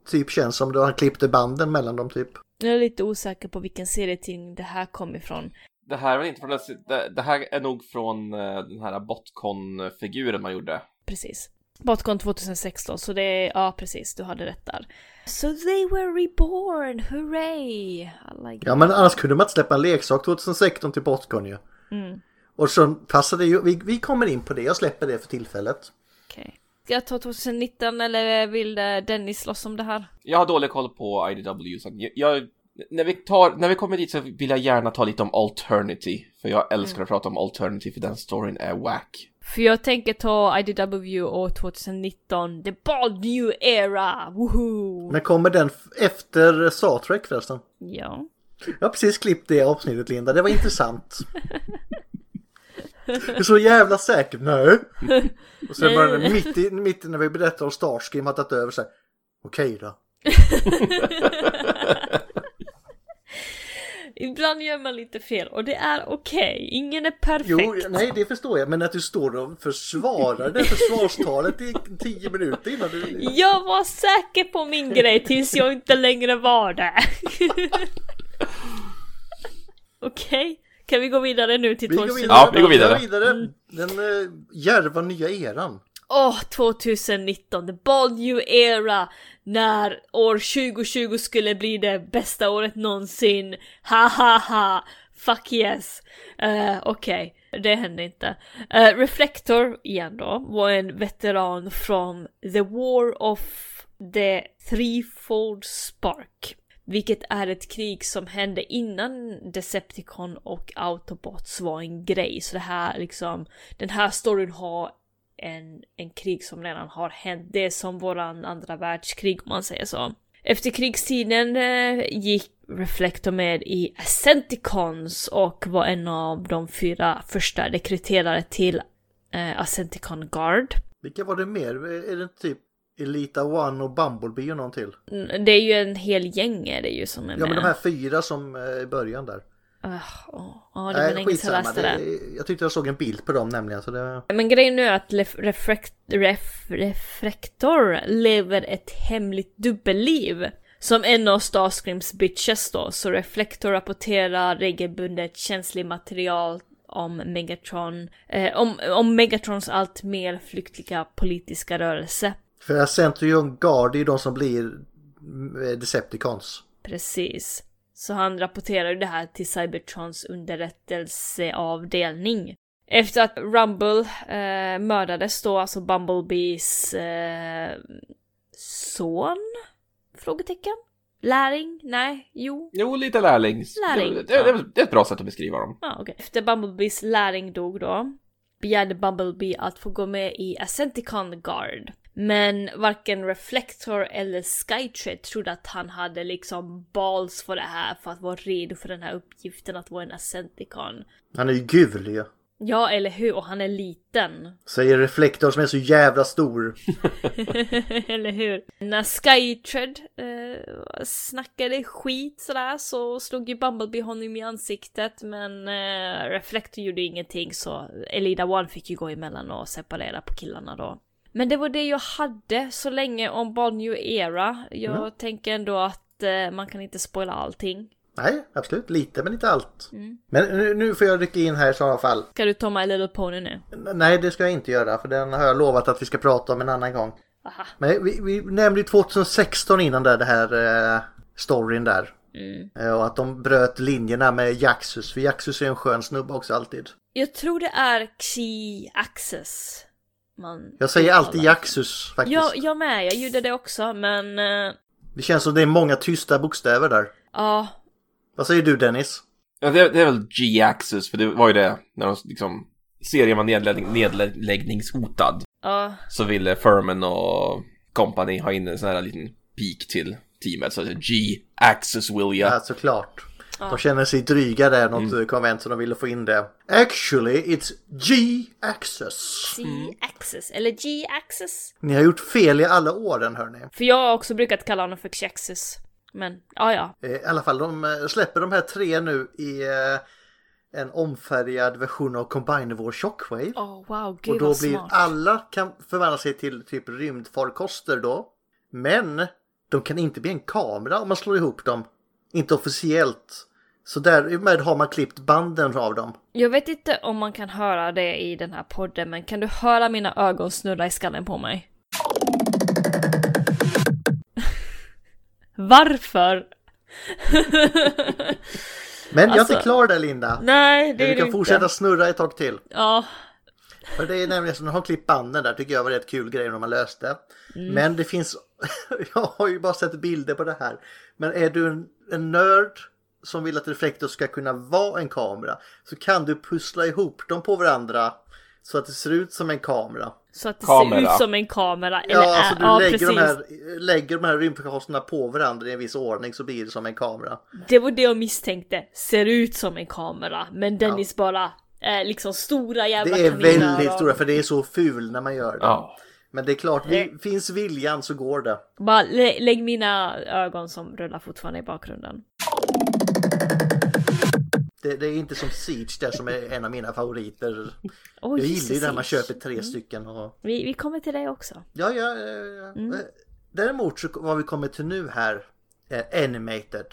Speaker 4: typ känns som då han klippte banden mellan dem typ.
Speaker 2: Jag är lite osäker på vilken serietidning det här kom ifrån.
Speaker 1: Det här är väl inte från den, det, det här är nog från eh, den här botcon-figuren man gjorde.
Speaker 2: Precis. Botcon 2016, så det är, ja precis, du hade rätt där. So they were reborn, hooray! Alla är
Speaker 4: Ja men annars kunde man inte släppa en leksak 2016 till Botcon ju. Och så passade ju, vi, vi kommer in på det, jag släpper det för tillfället.
Speaker 2: Okej. Ska jag ta 2019 eller vill eh, Dennis slåss om det här?
Speaker 1: Jag har dålig koll på IDW, så jag, jag, när, vi tar, när vi kommer dit så vill jag gärna ta lite om Alternity, för jag älskar att prata om Alternity, för den storyn är wack.
Speaker 2: För jag tänker ta IDW år 2019, the bald new era, woho!
Speaker 4: Men kommer den f- efter Star Trek förresten?
Speaker 2: Ja.
Speaker 4: Jag har precis klippt det avsnittet Linda, det var intressant. Det är så jävla säkert, nej. Och sen började det mitt i, mitt i när vi berättade om Starscream har tagit över så här. Okej då.
Speaker 2: Ibland gör man lite fel och det är okej, ingen är
Speaker 4: Jo,
Speaker 2: perfekt.
Speaker 4: nej det förstår jag, men att du står och försvarar det försvarstalet i tio minuter innan du...
Speaker 2: Jag var säker på min grej tills jag inte längre var det. Okej, kan vi gå vidare nu till
Speaker 4: Vi går
Speaker 2: 2019?
Speaker 4: vidare.
Speaker 1: Ja, vi går vidare.
Speaker 4: Den eh, djärva nya eran.
Speaker 2: Åh, 2019, the bold new era! När år 2020 skulle bli det bästa året någonsin. Ha ha ha! Fuck yes! Eh, Okej, det hände inte. Eh, Reflector, igen då, var en veteran från the war of the threefold spark. Vilket är ett krig som hände innan Decepticon och Autobots var en grej. Så det här liksom, den här storyn har en, en krig som redan har hänt. Det är som våran andra världskrig om man säger så. Efter krigstiden eh, gick Reflector med i Ascenticons och var en av de fyra första rekryterare till eh, Ascenticon Guard.
Speaker 4: Vilka var det mer? Är det typ Elita One och Bumblebee och någon till?
Speaker 2: Mm, Det är ju en hel gäng är det ju som är
Speaker 4: Ja men
Speaker 2: med.
Speaker 4: de här fyra som eh, i början där.
Speaker 2: Ah, åh. Ja, det var länge sedan jag läste det.
Speaker 4: Det- Jag tyckte jag såg en bild på dem nämligen. Så det...
Speaker 2: Men grejen är att Lef- refrekt, ref, Refrektor lever ett hemligt dubbelliv. Som en av Starscreams bitches då, så Reflektor rapporterar regelbundet känsligt material om Megatron, eh, om, om Megatrons allt mer flyktiga politiska rörelse.
Speaker 4: För Centurion Guard är ju de som blir eh, Decepticons.
Speaker 2: Precis. Så han rapporterar det här till Cybertrons underrättelseavdelning. Efter att Rumble eh, mördades då, alltså Bumblebees eh, son? Frågetecken? Läring? Nej, jo.
Speaker 1: Jo, lite lärlings.
Speaker 2: Lärling.
Speaker 1: Det, det, det, det är ett bra sätt att beskriva dem.
Speaker 2: Ja, okej. Efter Bumblebees läring dog då begärde Bumblebee att få gå med i Ascenticon Guard. Men varken Reflector eller Skytrade trodde att han hade liksom balls för det här för att vara redo för den här uppgiften att vara en Ascenticon.
Speaker 4: Han är ju gul ju.
Speaker 2: Ja, eller hur? Och han är liten.
Speaker 4: Säger Reflektor som är så jävla stor.
Speaker 2: Eller hur? När Skytred eh, snackade skit sådär så slog ju Bumblebee honom i ansiktet men eh, Reflector gjorde ingenting så Elida One fick ju gå emellan och separera på killarna då. Men det var det jag hade så länge om Bad New Era. Jag tänker ändå att eh, man kan inte spoila allting.
Speaker 4: Nej, absolut. Lite men inte allt.
Speaker 2: Mm.
Speaker 4: Men nu, nu får jag rycka in här i sådana fall.
Speaker 2: Ska du ta My Little Pony nu?
Speaker 4: N- Nej, det ska jag inte göra för den har jag lovat att vi ska prata om en annan gång.
Speaker 2: Aha.
Speaker 4: Men vi, vi nämnde ju 2016 innan där, det här eh, storyn där.
Speaker 2: Mm.
Speaker 4: Eh, Och att de bröt linjerna med Jaxus, för Jaxus är en skön snubbe också alltid.
Speaker 2: Jag tror det är Xi Access. Man
Speaker 4: Jag säger alltid
Speaker 2: uttalar.
Speaker 4: Jaxus faktiskt.
Speaker 2: alltså. Ja, jag med, jag gjorde det också men... eh,
Speaker 4: Det känns som det är många tysta bokstäver där.
Speaker 2: Ja,
Speaker 4: Vad säger du Dennis?
Speaker 1: Ja, det, det är väl G-Axis, för det var ju det när de liksom... Serien var nedläggning, nedläggningshotad.
Speaker 2: ja,
Speaker 1: Så ville Furman och company ha in en sån här liten peak till teamet. Så G-Axis will ya.
Speaker 4: Ja, såklart. De känner sig dryga där, något mm. konvent som de ville få in det. Actually, it's G-access.
Speaker 2: Mm. C-axis, eller G-axis.
Speaker 4: Ni har gjort fel i alla åren hörni.
Speaker 2: För jag har också brukat kalla honom för X-axis. Men, ja ja.
Speaker 4: Eh, I alla fall, de eh, släpper de här tre nu i eh, en omfärgad version av Combinivore Shockwave.
Speaker 2: Åh wow, gud
Speaker 4: Och då
Speaker 2: vad
Speaker 4: blir
Speaker 2: smart.
Speaker 4: alla kan förvandla sig till typ rymdfarkoster då. Men de kan inte bli en kamera om man slår ihop dem. Inte officiellt. Så därmed har man klippt banden av dem.
Speaker 2: Jag vet inte om man kan höra det i den här podden, men kan du höra mina ögon snurra i skallen på mig? Varför?
Speaker 4: Men jag är inte
Speaker 2: Alltså-
Speaker 4: klar där Linda.
Speaker 2: Nej, det
Speaker 4: Men
Speaker 2: är
Speaker 4: vi
Speaker 2: du
Speaker 4: kan
Speaker 2: inte.
Speaker 4: fortsätta snurra ett tag till.
Speaker 2: Ja,
Speaker 4: För det är nämligen så när de har klippt banden där tycker jag var rätt kul grej när man löste.
Speaker 2: Mm.
Speaker 4: Men det finns, jag har ju bara sett bilder på det här. Men är du en, en nörd som vill att reflektor ska kunna vara en kamera så kan du pussla ihop dem på varandra så att det ser ut som en kamera.
Speaker 2: så att det
Speaker 1: Kamera.
Speaker 2: ser ut som en kamera. Eller,
Speaker 4: Ja, alltså du
Speaker 2: ja
Speaker 4: lägger,
Speaker 2: precis.
Speaker 4: de här, lägger de här rymdfarkosterna på varandra i en viss ordning så blir det som en kamera.
Speaker 2: Det var det jag misstänkte. Ser ut som en kamera, men Dennis bara eh, liksom stora jävla
Speaker 4: Det är
Speaker 2: kaniner
Speaker 4: väldigt
Speaker 2: och-
Speaker 4: stora för det är så ful när man gör det.
Speaker 1: Ja.
Speaker 4: Men det är klart, vi, finns viljan så går det.
Speaker 2: Bara lä- lägg mina ögon som rullar fortfarande i bakgrunden.
Speaker 4: Det, det är inte som Siege där som är en av mina favoriter.
Speaker 2: Oj,
Speaker 4: Jag gillar ju
Speaker 2: Jesus. Mm.
Speaker 4: när man köper tre stycken. Och...
Speaker 2: Vi, vi kommer till det också.
Speaker 4: Ja, ja, ja, ja.
Speaker 2: Mm.
Speaker 4: Eh, Däremot så vad vi kommer till nu här är animated.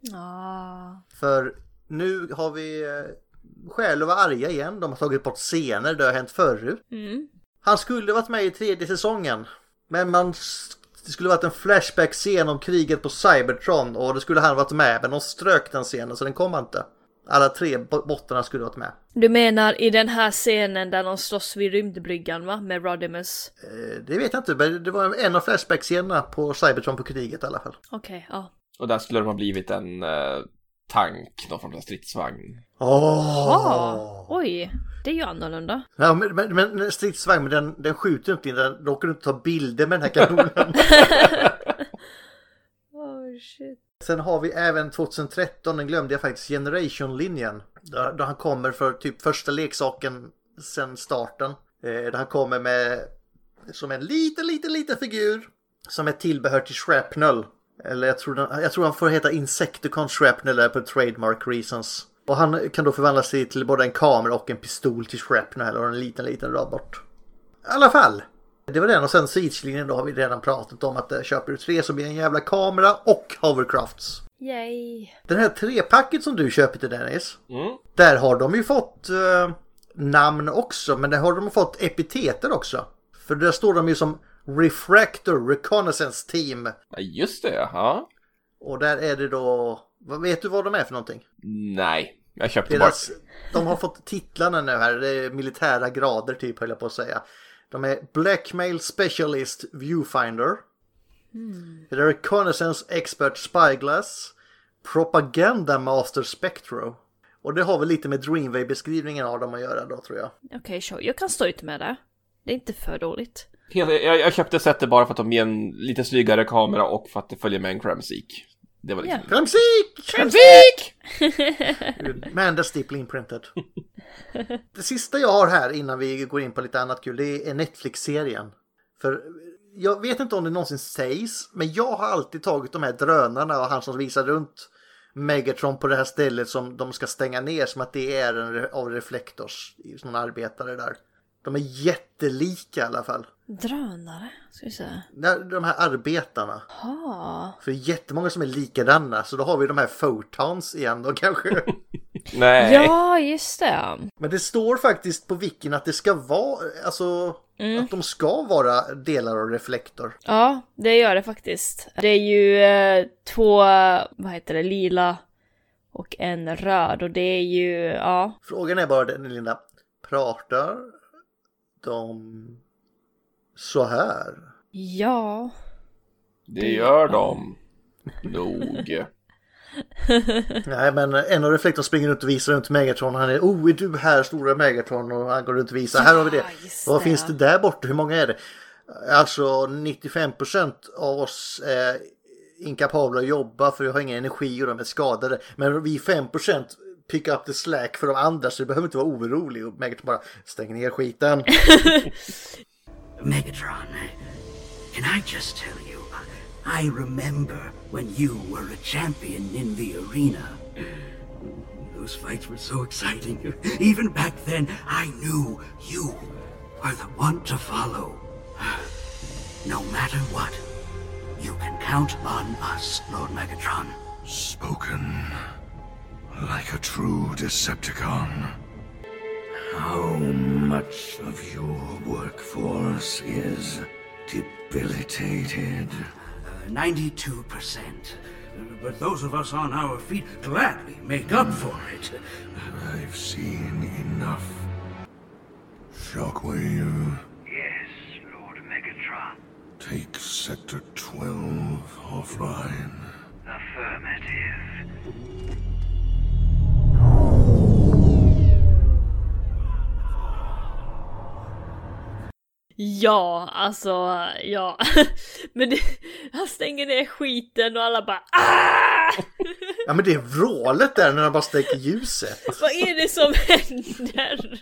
Speaker 2: Ja.
Speaker 4: För nu har vi eh, skäl att vara arga igen. De har tagit bort scener, det har hänt förut.
Speaker 2: Mm.
Speaker 4: Han skulle varit med i tredje säsongen. Men man s- det skulle varit en flashback-scen om kriget på Cybertron och det skulle han varit med men de strök den scenen så den kom inte. Alla tre bo- bottarna skulle varit med.
Speaker 2: Du menar i den här scenen där de slåss vid rymdbryggan va? Med Rodimus?
Speaker 4: Eh, Det vet jag inte, men det var en av flashback-scenerna på Cybertron på kriget i alla fall.
Speaker 2: Okej, ja.
Speaker 1: Och där skulle de ha blivit en eh, tank, någon form av stridsvagn.
Speaker 2: Ah,
Speaker 4: Åh!
Speaker 2: Oj, det är ju annorlunda.
Speaker 4: Ja, men, men, men stridsvagn, men den, den skjuter inte in, den de kunde inte ta bilder med den här kanonen.
Speaker 2: Oh shit.
Speaker 4: Sen har vi även 2013, den glömde jag faktiskt, Generation-linjen. Där, där han kommer för typ första leksaken sen starten. Eh, där han kommer med som en liten, liten, liten figur. Som är tillbehör till Shrapnel. Eller jag tror, den, jag tror han får heta Insecticon Shrapnel där på trademark reasons. Och han kan då förvandla sig till både en kamera och en pistol till Shrapnel och en liten, liten robot. I alla fall. Det var den och sen Siege-linjen då har vi redan pratat om att eh, köper du tre så blir det en jävla kamera och hovercrafts.
Speaker 2: Yay.
Speaker 4: Den här trepacket som du köper till Dennis. Där har de ju fått eh, namn också men där har de fått epiteter också. För där står de ju som Refractor Reconnaissance Team.
Speaker 1: Ja, just det, ja.
Speaker 4: Och där är det då... vad- Vet du vad de är för någonting?
Speaker 1: Nej, jag köpte bara...
Speaker 4: Deras, de har fått titlarna nu här, det är militära grader typ höll jag på att säga. De är Blackmail Specialist Viewfinder. Det är Reconnaissance Expert Spyglass. Propaganda Master Spectro. Och det har väl lite med Dreamway-beskrivningen av dem att göra då tror jag.
Speaker 2: Okej, sure. Jag kan stå ut med det. Det är inte för dåligt.
Speaker 1: Helt, jag, jag köpte sättet bara för att de ger en lite snyggare kamera och för att det följer med en kramsik. Det var liksom...
Speaker 4: Kramsik!
Speaker 1: Kramsik!
Speaker 4: Manda Stipley Imprinted. Det sista jag har här innan vi går in på lite annat kul, det är Netflix-serien. För jag vet inte om det någonsin sägs, men jag har alltid tagit de här drönarna och han som visar runt Megatron på det här stället som de ska stänga ner som att det är en re- av Reflectors, någon arbetare där. De är jättelika i alla fall.
Speaker 2: Drönare, ska vi se.
Speaker 4: När- De här arbetarna.
Speaker 2: Ha.
Speaker 4: För det är jättemånga som är likadana, så då har vi de här photons igen då kanske.
Speaker 1: Nej.
Speaker 2: Ja, just det.
Speaker 4: Men det står faktiskt på wikin att det ska vara, alltså att de ska vara delar av reflektor.
Speaker 2: Ja, det gör det faktiskt. Det är ju eh, två, eh, vad heter det, lila och en röd och det är ju, ja.
Speaker 4: Frågan är bara den Linda, pratar de så här?
Speaker 2: Ja.
Speaker 1: Det gör de. Nog.
Speaker 4: Nej men en av reflektorn springer runt och visar runt Megatron. Han är, oh är du här stora Megatron? Och han går runt och visar, här har vi det.
Speaker 2: just
Speaker 4: Vad
Speaker 2: det.
Speaker 4: finns det där borta? Hur många är det? Alltså 95% av oss är inkapabla att jobba för vi har ingen energi och de är skadade. Men vi 5% pick up the slack för de andra så du behöver inte vara orolig. Och Megatron bara stäng ner skiten.
Speaker 10: Megatron, can I just tell you, I remember when you were a champion in the arena. Those fights were so exciting. Even back then, I knew you were the one to follow. No matter what, you can count on us, Lord Megatron.
Speaker 6: Spoken
Speaker 11: Like a true Decepticon. How much of your workforce is debilitated?
Speaker 10: 92%. But those of us on our feet gladly make up for it.
Speaker 11: I've seen enough. Shockwave,
Speaker 12: Yes, Lord Megatron.
Speaker 11: take Sector 12 offline.
Speaker 12: Affirmative.
Speaker 2: Ja, alltså, ja. Men det, han stänger ner skiten och alla bara ah!
Speaker 4: Ja men det är vrålet där när han bara släcker ljuset.
Speaker 2: Vad är det som händer?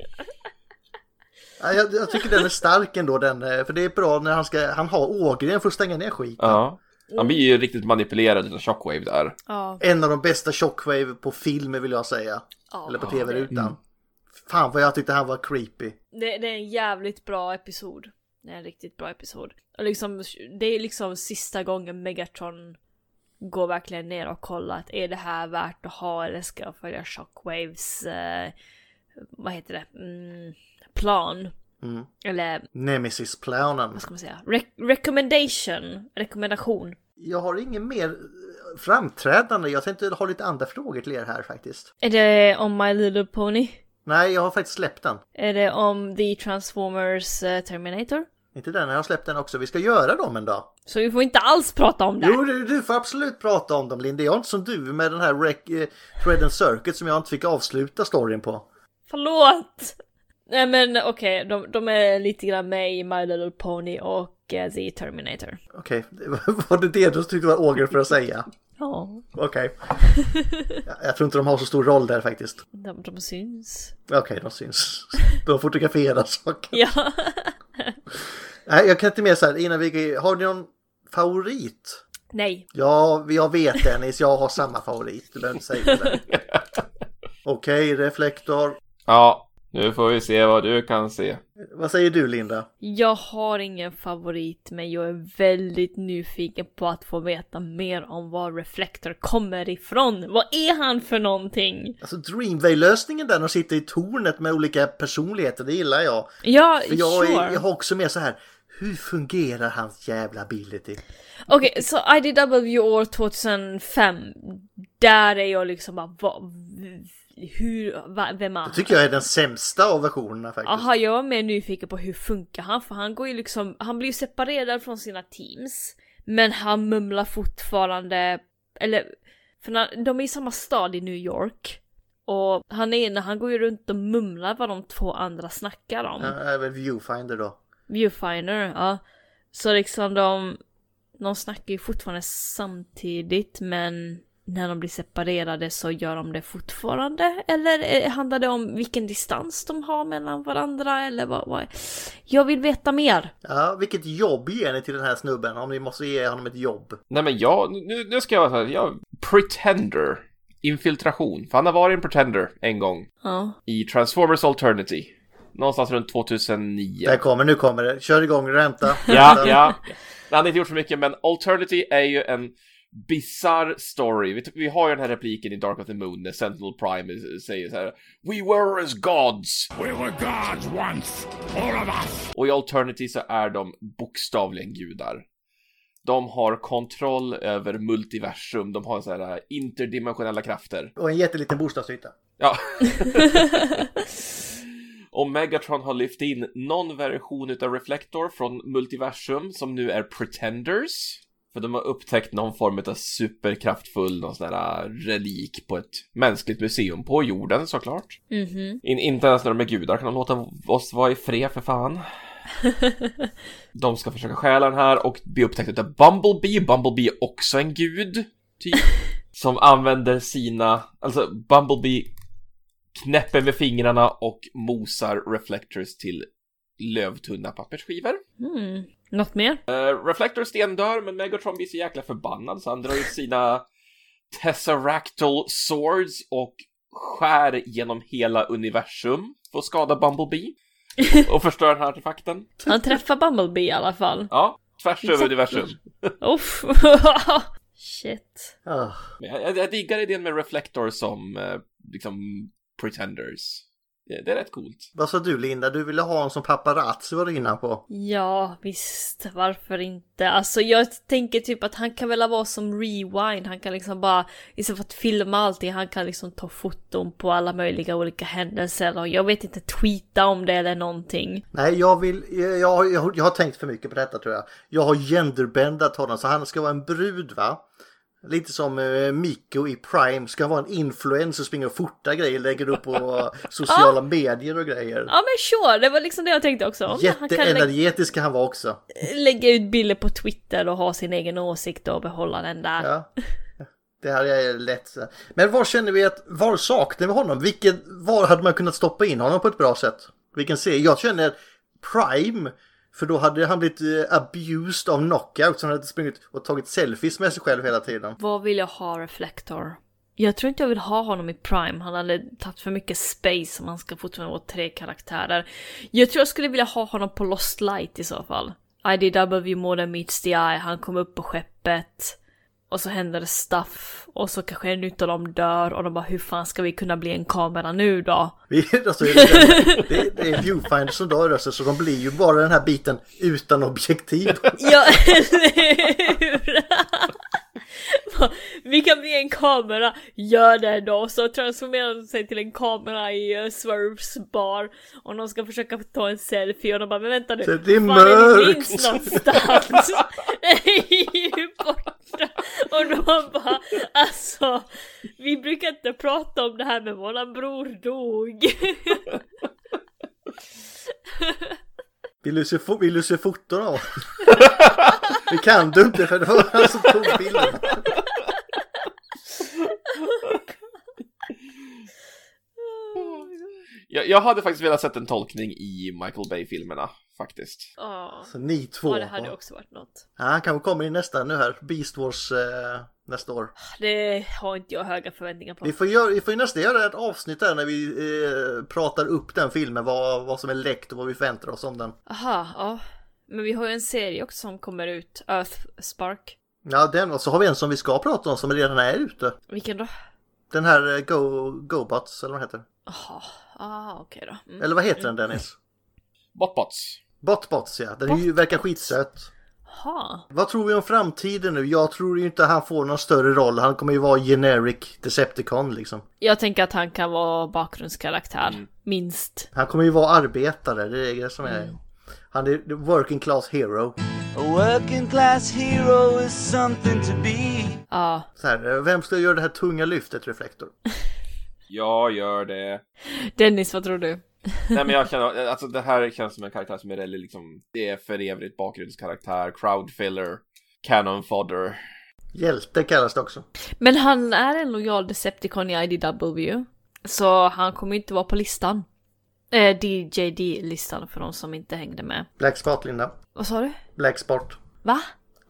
Speaker 4: Ja, jag, jag tycker den är stark ändå den. eh, För det är bra när han ska, han har Ågren för att stänga ner skit.
Speaker 1: Ja. Han blir ju riktigt manipulerad av Shockwave där.
Speaker 2: Ja.
Speaker 4: En av de bästa Shockwave på film vill jag säga.
Speaker 2: Ja.
Speaker 4: Eller på
Speaker 2: Ja,
Speaker 4: tv-rutan. Fan vad jag tyckte han var creepy.
Speaker 2: Det, det är en jävligt bra episod. Det är en riktigt bra episod. Och liksom, det är liksom sista gången Megatron går verkligen ner och kollar att är det här värt att ha eller ska jag följa Shockwaves, eh, vad heter det, mm, plan.
Speaker 4: Mm.
Speaker 2: Eller
Speaker 4: Nemesis-planen.
Speaker 2: vad ska man säga? Re- recommendation, rekommendation.
Speaker 4: Jag har inget mer framträdande. Jag tänkte ha lite andra frågor till er här faktiskt.
Speaker 2: Är det om My Little Pony?
Speaker 4: Nej, jag har faktiskt släppt den.
Speaker 2: Är det om The Transformers eh, Terminator?
Speaker 4: Inte den, jag har släppt den också. Vi ska göra dem en dag.
Speaker 2: Så vi får inte alls prata om det!
Speaker 4: Jo, du, du får absolut prata om dem, Linda. Jag är inte som du med den här rec- eh, Thread and Circuit som jag inte fick avsluta storyn på.
Speaker 2: Förlåt! Nej men okej, de, de är lite grann med i My Little Pony och eh, The Terminator.
Speaker 4: Okej, var det det du tyckte var åger för att säga?
Speaker 2: Ja,
Speaker 4: Okej. Jag- Jag tror inte de har så stor roll där faktiskt.
Speaker 2: de, de syns.
Speaker 4: Okej, de syns. De fotograferas. Okej.
Speaker 2: Ja.
Speaker 4: Nej, jag kan inte mer så här innan vi... Har ni någon favorit?
Speaker 2: Nej.
Speaker 4: Ja, jag vet Dennis, jag har samma favorit. Du behöver inte säga det. Okej, reflektor.
Speaker 1: Ja, nu får vi se vad du kan se.
Speaker 4: Vad säger du Linda?
Speaker 2: Jag har ingen favorit men jag är väldigt nyfiken på att få veta mer om var Reflector kommer ifrån. Vad är han för någonting?
Speaker 4: Alltså Dreamway-lösningen där, de sitter i tornet med olika personligheter, det gillar jag.
Speaker 2: Ja,
Speaker 4: För jag,
Speaker 2: sure.
Speaker 4: är, jag har också med så här, hur fungerar hans jävla ability?
Speaker 2: Okej, så IDW år 2005. Där är jag liksom bara, vad, hur, va, vem är han?
Speaker 4: Det tycker jag är den sämsta av versionerna faktiskt.
Speaker 2: Aha, jag var mer nyfiken på hur funkar han för han går ju liksom, han blir ju separerad från sina teams. Men han mumlar fortfarande, eller, för när, de är i samma stad i New York. Och han är inne, han går ju runt och mumlar vad de två andra snackar om.
Speaker 4: Ja, det är väl viewfinder då.
Speaker 2: Viewfinder, ja. Så liksom de, de snackar ju fortfarande samtidigt men när de blir separerade så gör de det fortfarande? Eller eh, handlar det om vilken distans de har mellan varandra eller vad? vad? Jag vill veta mer!
Speaker 4: Ja, vilket jobb ger ni till den här snubben om ni måste ge honom ett jobb?
Speaker 1: Nej men jag, nu, nu ska jag vara så här, jag, Pretender. Infiltration. För han har varit en Pretender en gång.
Speaker 2: Ja.
Speaker 1: I Transformers Alternity. Någonstans runt 2009.
Speaker 4: Där kommer, nu kommer det. Kör igång, ränta.
Speaker 1: Ja, ja. Han har inte gjort så mycket, men Alternity är ju en bizarr story. Vi, vi har ju den här repliken i Dark of the Moon när Sentinel Prime eh, säger så här We were as gods!
Speaker 3: We were gods once, all of us.
Speaker 1: Och i Alternity så är de bokstavligen gudar. De har kontroll över multiversum, de har så här eh, interdimensionella krafter.
Speaker 4: Och en jätteliten bostadsyta.
Speaker 1: Ja. Och Megatron har lyft in någon version utav Reflector från Multiversum som nu är Pretenders. För de har upptäckt någon form av superkraftfull, någon sån här relik på ett mänskligt museum på jorden såklart.
Speaker 2: Mhm.
Speaker 1: In, inte ens när de är gudar kan de låta oss vara i fred för fan. De ska försöka stjäla den här och bli upptäckt utav Bumblebee. Bumblebee är också en gud, typ. Som använder sina, alltså Bumblebee knäpper med fingrarna och mosar reflectors till lövtunna pappersskivor.
Speaker 2: Mm. Något mer?
Speaker 1: Uh, reflector stendör, men Megatron blir så jäkla förbannad så han drar ut sina Tesseractal swords och skär genom hela universum för att skada Bumblebee och förstöra den här artefakten.
Speaker 2: Han träffar Bumblebee i alla fall.
Speaker 1: Ja, tvärs över universum.
Speaker 2: Uff! Shit.
Speaker 4: Ah.
Speaker 1: Men Jag, jag, jag diggar idén med Reflector som eh, liksom pretenders. Det, det är rätt coolt.
Speaker 4: Vad sa du Linda? Du ville ha en som paparazzi var du inne på.
Speaker 2: Ja, visst. Varför inte? Alltså jag tänker typ att han kan väl vara som rewind. Han kan liksom bara, istället för att filma allting, han kan liksom ta foton på alla möjliga olika händelser. Och jag vet inte, tweeta om det eller någonting.
Speaker 4: Nej, jag vill... Jag, jag, jag, jag har tänkt för mycket på detta tror jag. Jag har genderbändat honom så han ska vara en brud va? Lite som eh, Mikko i Prime ska vara en influencer, springer och fotar grejer, lägger upp på sociala medier och grejer.
Speaker 2: Ja men sure, det var liksom det jag tänkte också. Om Han kan lä-
Speaker 4: Jätteenergetisk ska han vara också.
Speaker 2: lägga ut bilder på Twitter och ha sin egen åsikt och behålla den där.
Speaker 4: Ja. Det här är lätt. Men var känner vi att, var saknar vi honom? Vilken, var hade man kunnat stoppa in honom på ett bra sätt? Vilken serie? Jag känner Prime, för då hade han blivit eh, abused av knockout som hade sprungit och tagit selfies med sig själv hela tiden.
Speaker 2: Vad vill jag ha Reflector? Jag tror inte jag vill ha honom i Prime, han hade tagit för mycket space om han ska fortfarande vara tre karaktärer. Jag tror jag skulle vilja ha honom på Lost Light i så fall. IDW more than meets the eye, han kom upp på skeppet. Och så händer det stuff. Och så kanske en utav dem dör och de bara hur fan ska vi kunna bli en kamera nu då?
Speaker 4: Vi- alltså, det, är- det, är- det är viewfinder som dör alltså, så de blir ju bara den här biten utan objektiv.
Speaker 2: Ja, eller hur? Vi kan bli en kamera, gör det då! Så transformerar de sig till en kamera i uh, Swerves bar och någon ska försöka ta en selfie och de bara men vänta nu,
Speaker 4: Så det är
Speaker 2: fan,
Speaker 4: mörkt."
Speaker 2: finns någonstans! Det är ju borta! Och de bara alltså, vi brukar inte prata om det här men våran bror dog!
Speaker 4: Vill du se, fo- vill du se foton av honom? Det kan du inte för det var han som tog bilden.
Speaker 1: Jag, jag hade faktiskt velat sett en tolkning i Michael Bay-filmerna, faktiskt.
Speaker 2: Oh.
Speaker 4: Så Alltså, ni två.
Speaker 2: Ja, det hade också varit något.
Speaker 4: Ja, han kanske kommer i nästa nu här. Beast Wars eh, nästa år.
Speaker 2: Det har inte jag höga förväntningar på.
Speaker 4: Vi får, göra, vi får ju nästan göra ett avsnitt där när vi eh, pratar upp den filmen. Vad, vad som är läckt och vad vi förväntar oss om den.
Speaker 2: Aha, ja. Men vi har ju en serie också som kommer ut, Earth Spark.
Speaker 4: Ja, den och så har vi en som vi ska prata om som redan är ute.
Speaker 2: Vilken då?
Speaker 4: Den här eh, Go, GoBots eller vad den heter.
Speaker 2: Jaha, ah, okej då. Mm.
Speaker 4: Eller vad heter den Dennis?
Speaker 1: Botbots.
Speaker 4: Botbots ja, den är ju, verkar skitsöt.
Speaker 2: Jaha.
Speaker 4: Vad tror vi om framtiden nu? Jag tror ju inte han får någon större roll. Han kommer ju vara generic Decepticon liksom.
Speaker 2: Jag tänker att han kan vara bakgrundskaraktär,
Speaker 4: Mm.
Speaker 2: minst.
Speaker 4: Han kommer ju vara arbetare, det är det som är...
Speaker 2: Mm.
Speaker 4: Han är the working class hero.
Speaker 13: A working class hero is something to be.
Speaker 2: Ja.
Speaker 4: Så här, eh, vem ska göra det här tunga lyftet, Reflektor?
Speaker 1: Jag gör det.
Speaker 2: Dennis, vad tror du?
Speaker 1: Nej men jag känner, alltså det här känns som en karaktär som är väldigt liksom, det är för evigt bakgrundskaraktär, crowdfiller, cannon fodder.
Speaker 4: Hjälte kallas det också.
Speaker 2: Men han är en lojal Decepticon i IDW. Så han kommer inte vara på listan. Eh, DJD-listan för de som inte hängde med.
Speaker 4: Black spot, Linda.
Speaker 2: Vad sa du?
Speaker 4: Black spot.
Speaker 2: Va?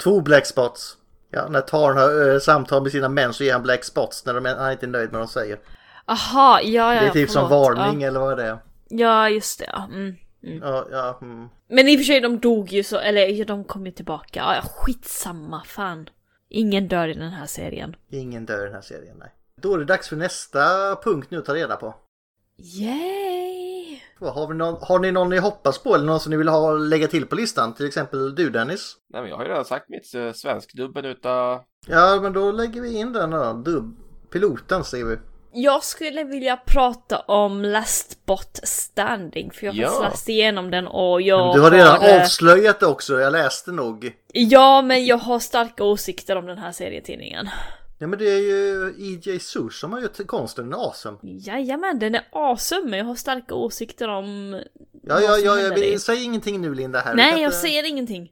Speaker 4: Två black spots. Ja, när Tarn har eh, samtal med sina män så ger han black spots när de, han inte är nöjd med vad de säger.
Speaker 2: Aha, ja, ja,
Speaker 4: det är typ som
Speaker 2: förlåt.
Speaker 4: varning
Speaker 2: Ja,
Speaker 4: eller vad det är.
Speaker 2: ja just det. Ja. Mm.
Speaker 4: Ja, ja, mm.
Speaker 2: Men i och för sig, de dog ju så, eller ja, de kom ju tillbaka. Ja, ja, skitsamma, fan. Ingen dör i den här serien.
Speaker 4: Ingen dör i den här serien, nej. Då är det dags för nästa punkt nu att ta reda på.
Speaker 2: Yay!
Speaker 4: Vad, Har, vi någon, har ni någon ni hoppas på eller någon som ni vill ha lägga till på listan? Till exempel du Dennis?
Speaker 1: Nej men jag har ju redan sagt mitt, eh, svenskdubben utav...
Speaker 4: Ja, men då lägger vi in den då. Dubb. Piloten säger vi.
Speaker 2: Jag skulle vilja prata om Last Bot Standing, för jag har
Speaker 4: Ja.
Speaker 2: faktiskt läst igenom den och jag
Speaker 4: Du har redan
Speaker 2: eh,
Speaker 4: avslöjat det också, jag läste nog.
Speaker 2: Ja, men jag har starka åsikter om den här serietidningen.
Speaker 4: Ja men det är ju EJ Sush som har gjort konsten, den är awesome.
Speaker 2: Jajamän, den är awesome, men jag har starka åsikter om...
Speaker 4: Ja, ja,
Speaker 2: som
Speaker 4: ja,
Speaker 2: händer
Speaker 4: jag vill,
Speaker 2: i-
Speaker 4: säg ingenting nu Linda här.
Speaker 2: Nej,
Speaker 4: Kan
Speaker 2: jag
Speaker 4: inte-
Speaker 2: säger ingenting.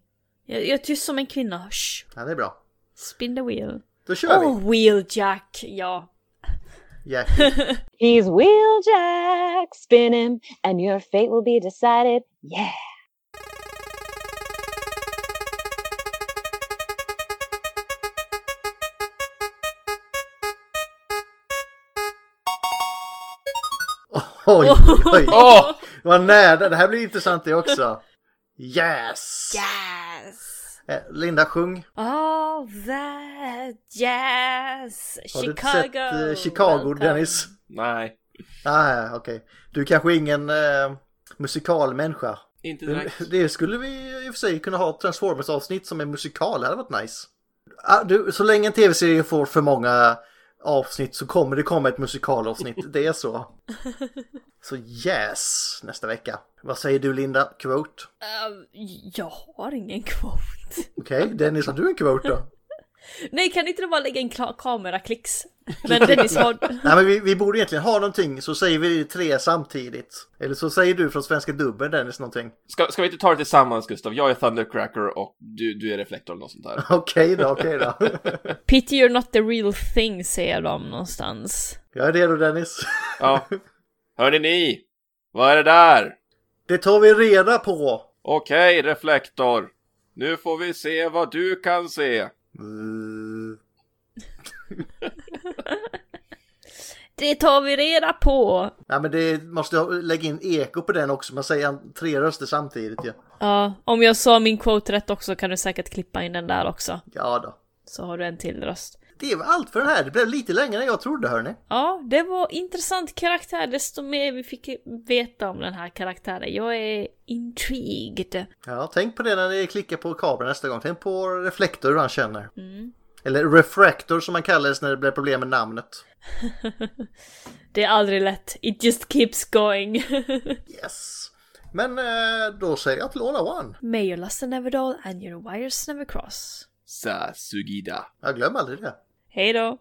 Speaker 2: Jag, jag är tyst som en kvinna. Shh,
Speaker 4: Ja, det är bra.
Speaker 2: spin the wheel.
Speaker 4: Då kör vi.
Speaker 2: Oh, Wheeljack, ja.
Speaker 4: Jackie.
Speaker 14: He's Wheeljack, spin him, and your fate will be decided. Yeah.
Speaker 4: Oj, oj.
Speaker 2: Oh.
Speaker 4: Vad nära, det här blir intressant det också. Yes!
Speaker 2: Yes!
Speaker 4: Eh, Linda, sjung.
Speaker 2: All that jazz,
Speaker 4: Har du
Speaker 2: Chicago.
Speaker 4: inte sett eh, Chicago, Dennis?
Speaker 1: Nej.
Speaker 4: Nej, Ah, okej. Du är kanske ingen eh, musikalmänniska?
Speaker 1: Inte direkt.
Speaker 4: Det- Det skulle vi i och för sig kunna ha ett Transformers-avsnitt som är musikal, det hade varit nice. Ah, Du, så länge en tv-serie får för många avsnitt så kommer det komma ett musikalavsnitt, det är så. Så yes, nästa vecka. Vad säger du Linda? Quote?
Speaker 2: Eh, jag har ingen quote.
Speaker 4: Okej, Dennis har du en quote då?
Speaker 2: Nej, kan inte du bara lägga in kla- kameraklicks? Men Dennis har...
Speaker 4: Nej men vi, vi borde egentligen ha någonting så säger vi tre samtidigt. Eller så säger du från Svenska Dubbeln Dennis någonting.
Speaker 1: Ska, ska vi inte ta det tillsammans Gustav? Jag är Thundercracker och du, du är Reflektor eller något sånt där.
Speaker 4: Okej då, okej då.
Speaker 2: Pity you're not the real thing, säger de någonstans.
Speaker 4: Jag är redo Dennis.
Speaker 1: ja. Hörni ni! Vad är det där?
Speaker 4: Det tar vi reda på.
Speaker 1: Okej, Reflektor. Nu får vi se vad du kan se.
Speaker 2: Det tar vi reda på!
Speaker 4: Ja men det måste jag lägga in eko på den också, man säger an- tre röster samtidigt ju.
Speaker 2: Ja, om jag sa min quote rätt också kan du säkert klippa in den där också.
Speaker 4: Ja då.
Speaker 2: Så har du en till röst.
Speaker 4: Det var allt för den här, det blev lite längre än jag trodde hörni.
Speaker 2: Ja, det var intressant karaktär. Desto mer vi fick veta om den här karaktären. Jag är intrigued.
Speaker 4: Ja, tänk på det när ni klickar på kabeln nästa gång, tänk på reflektor hur han känner.
Speaker 2: Mm.
Speaker 4: Eller refractor som man kallades när det blev problem med namnet.
Speaker 2: Det är aldrig lätt. It just keeps going.
Speaker 4: yes. Men eh, då säger jag till All I One.
Speaker 2: May your luster never dull and your wires never cross.
Speaker 1: Sasugida.
Speaker 4: Jag glömmer aldrig det.
Speaker 2: Hej då!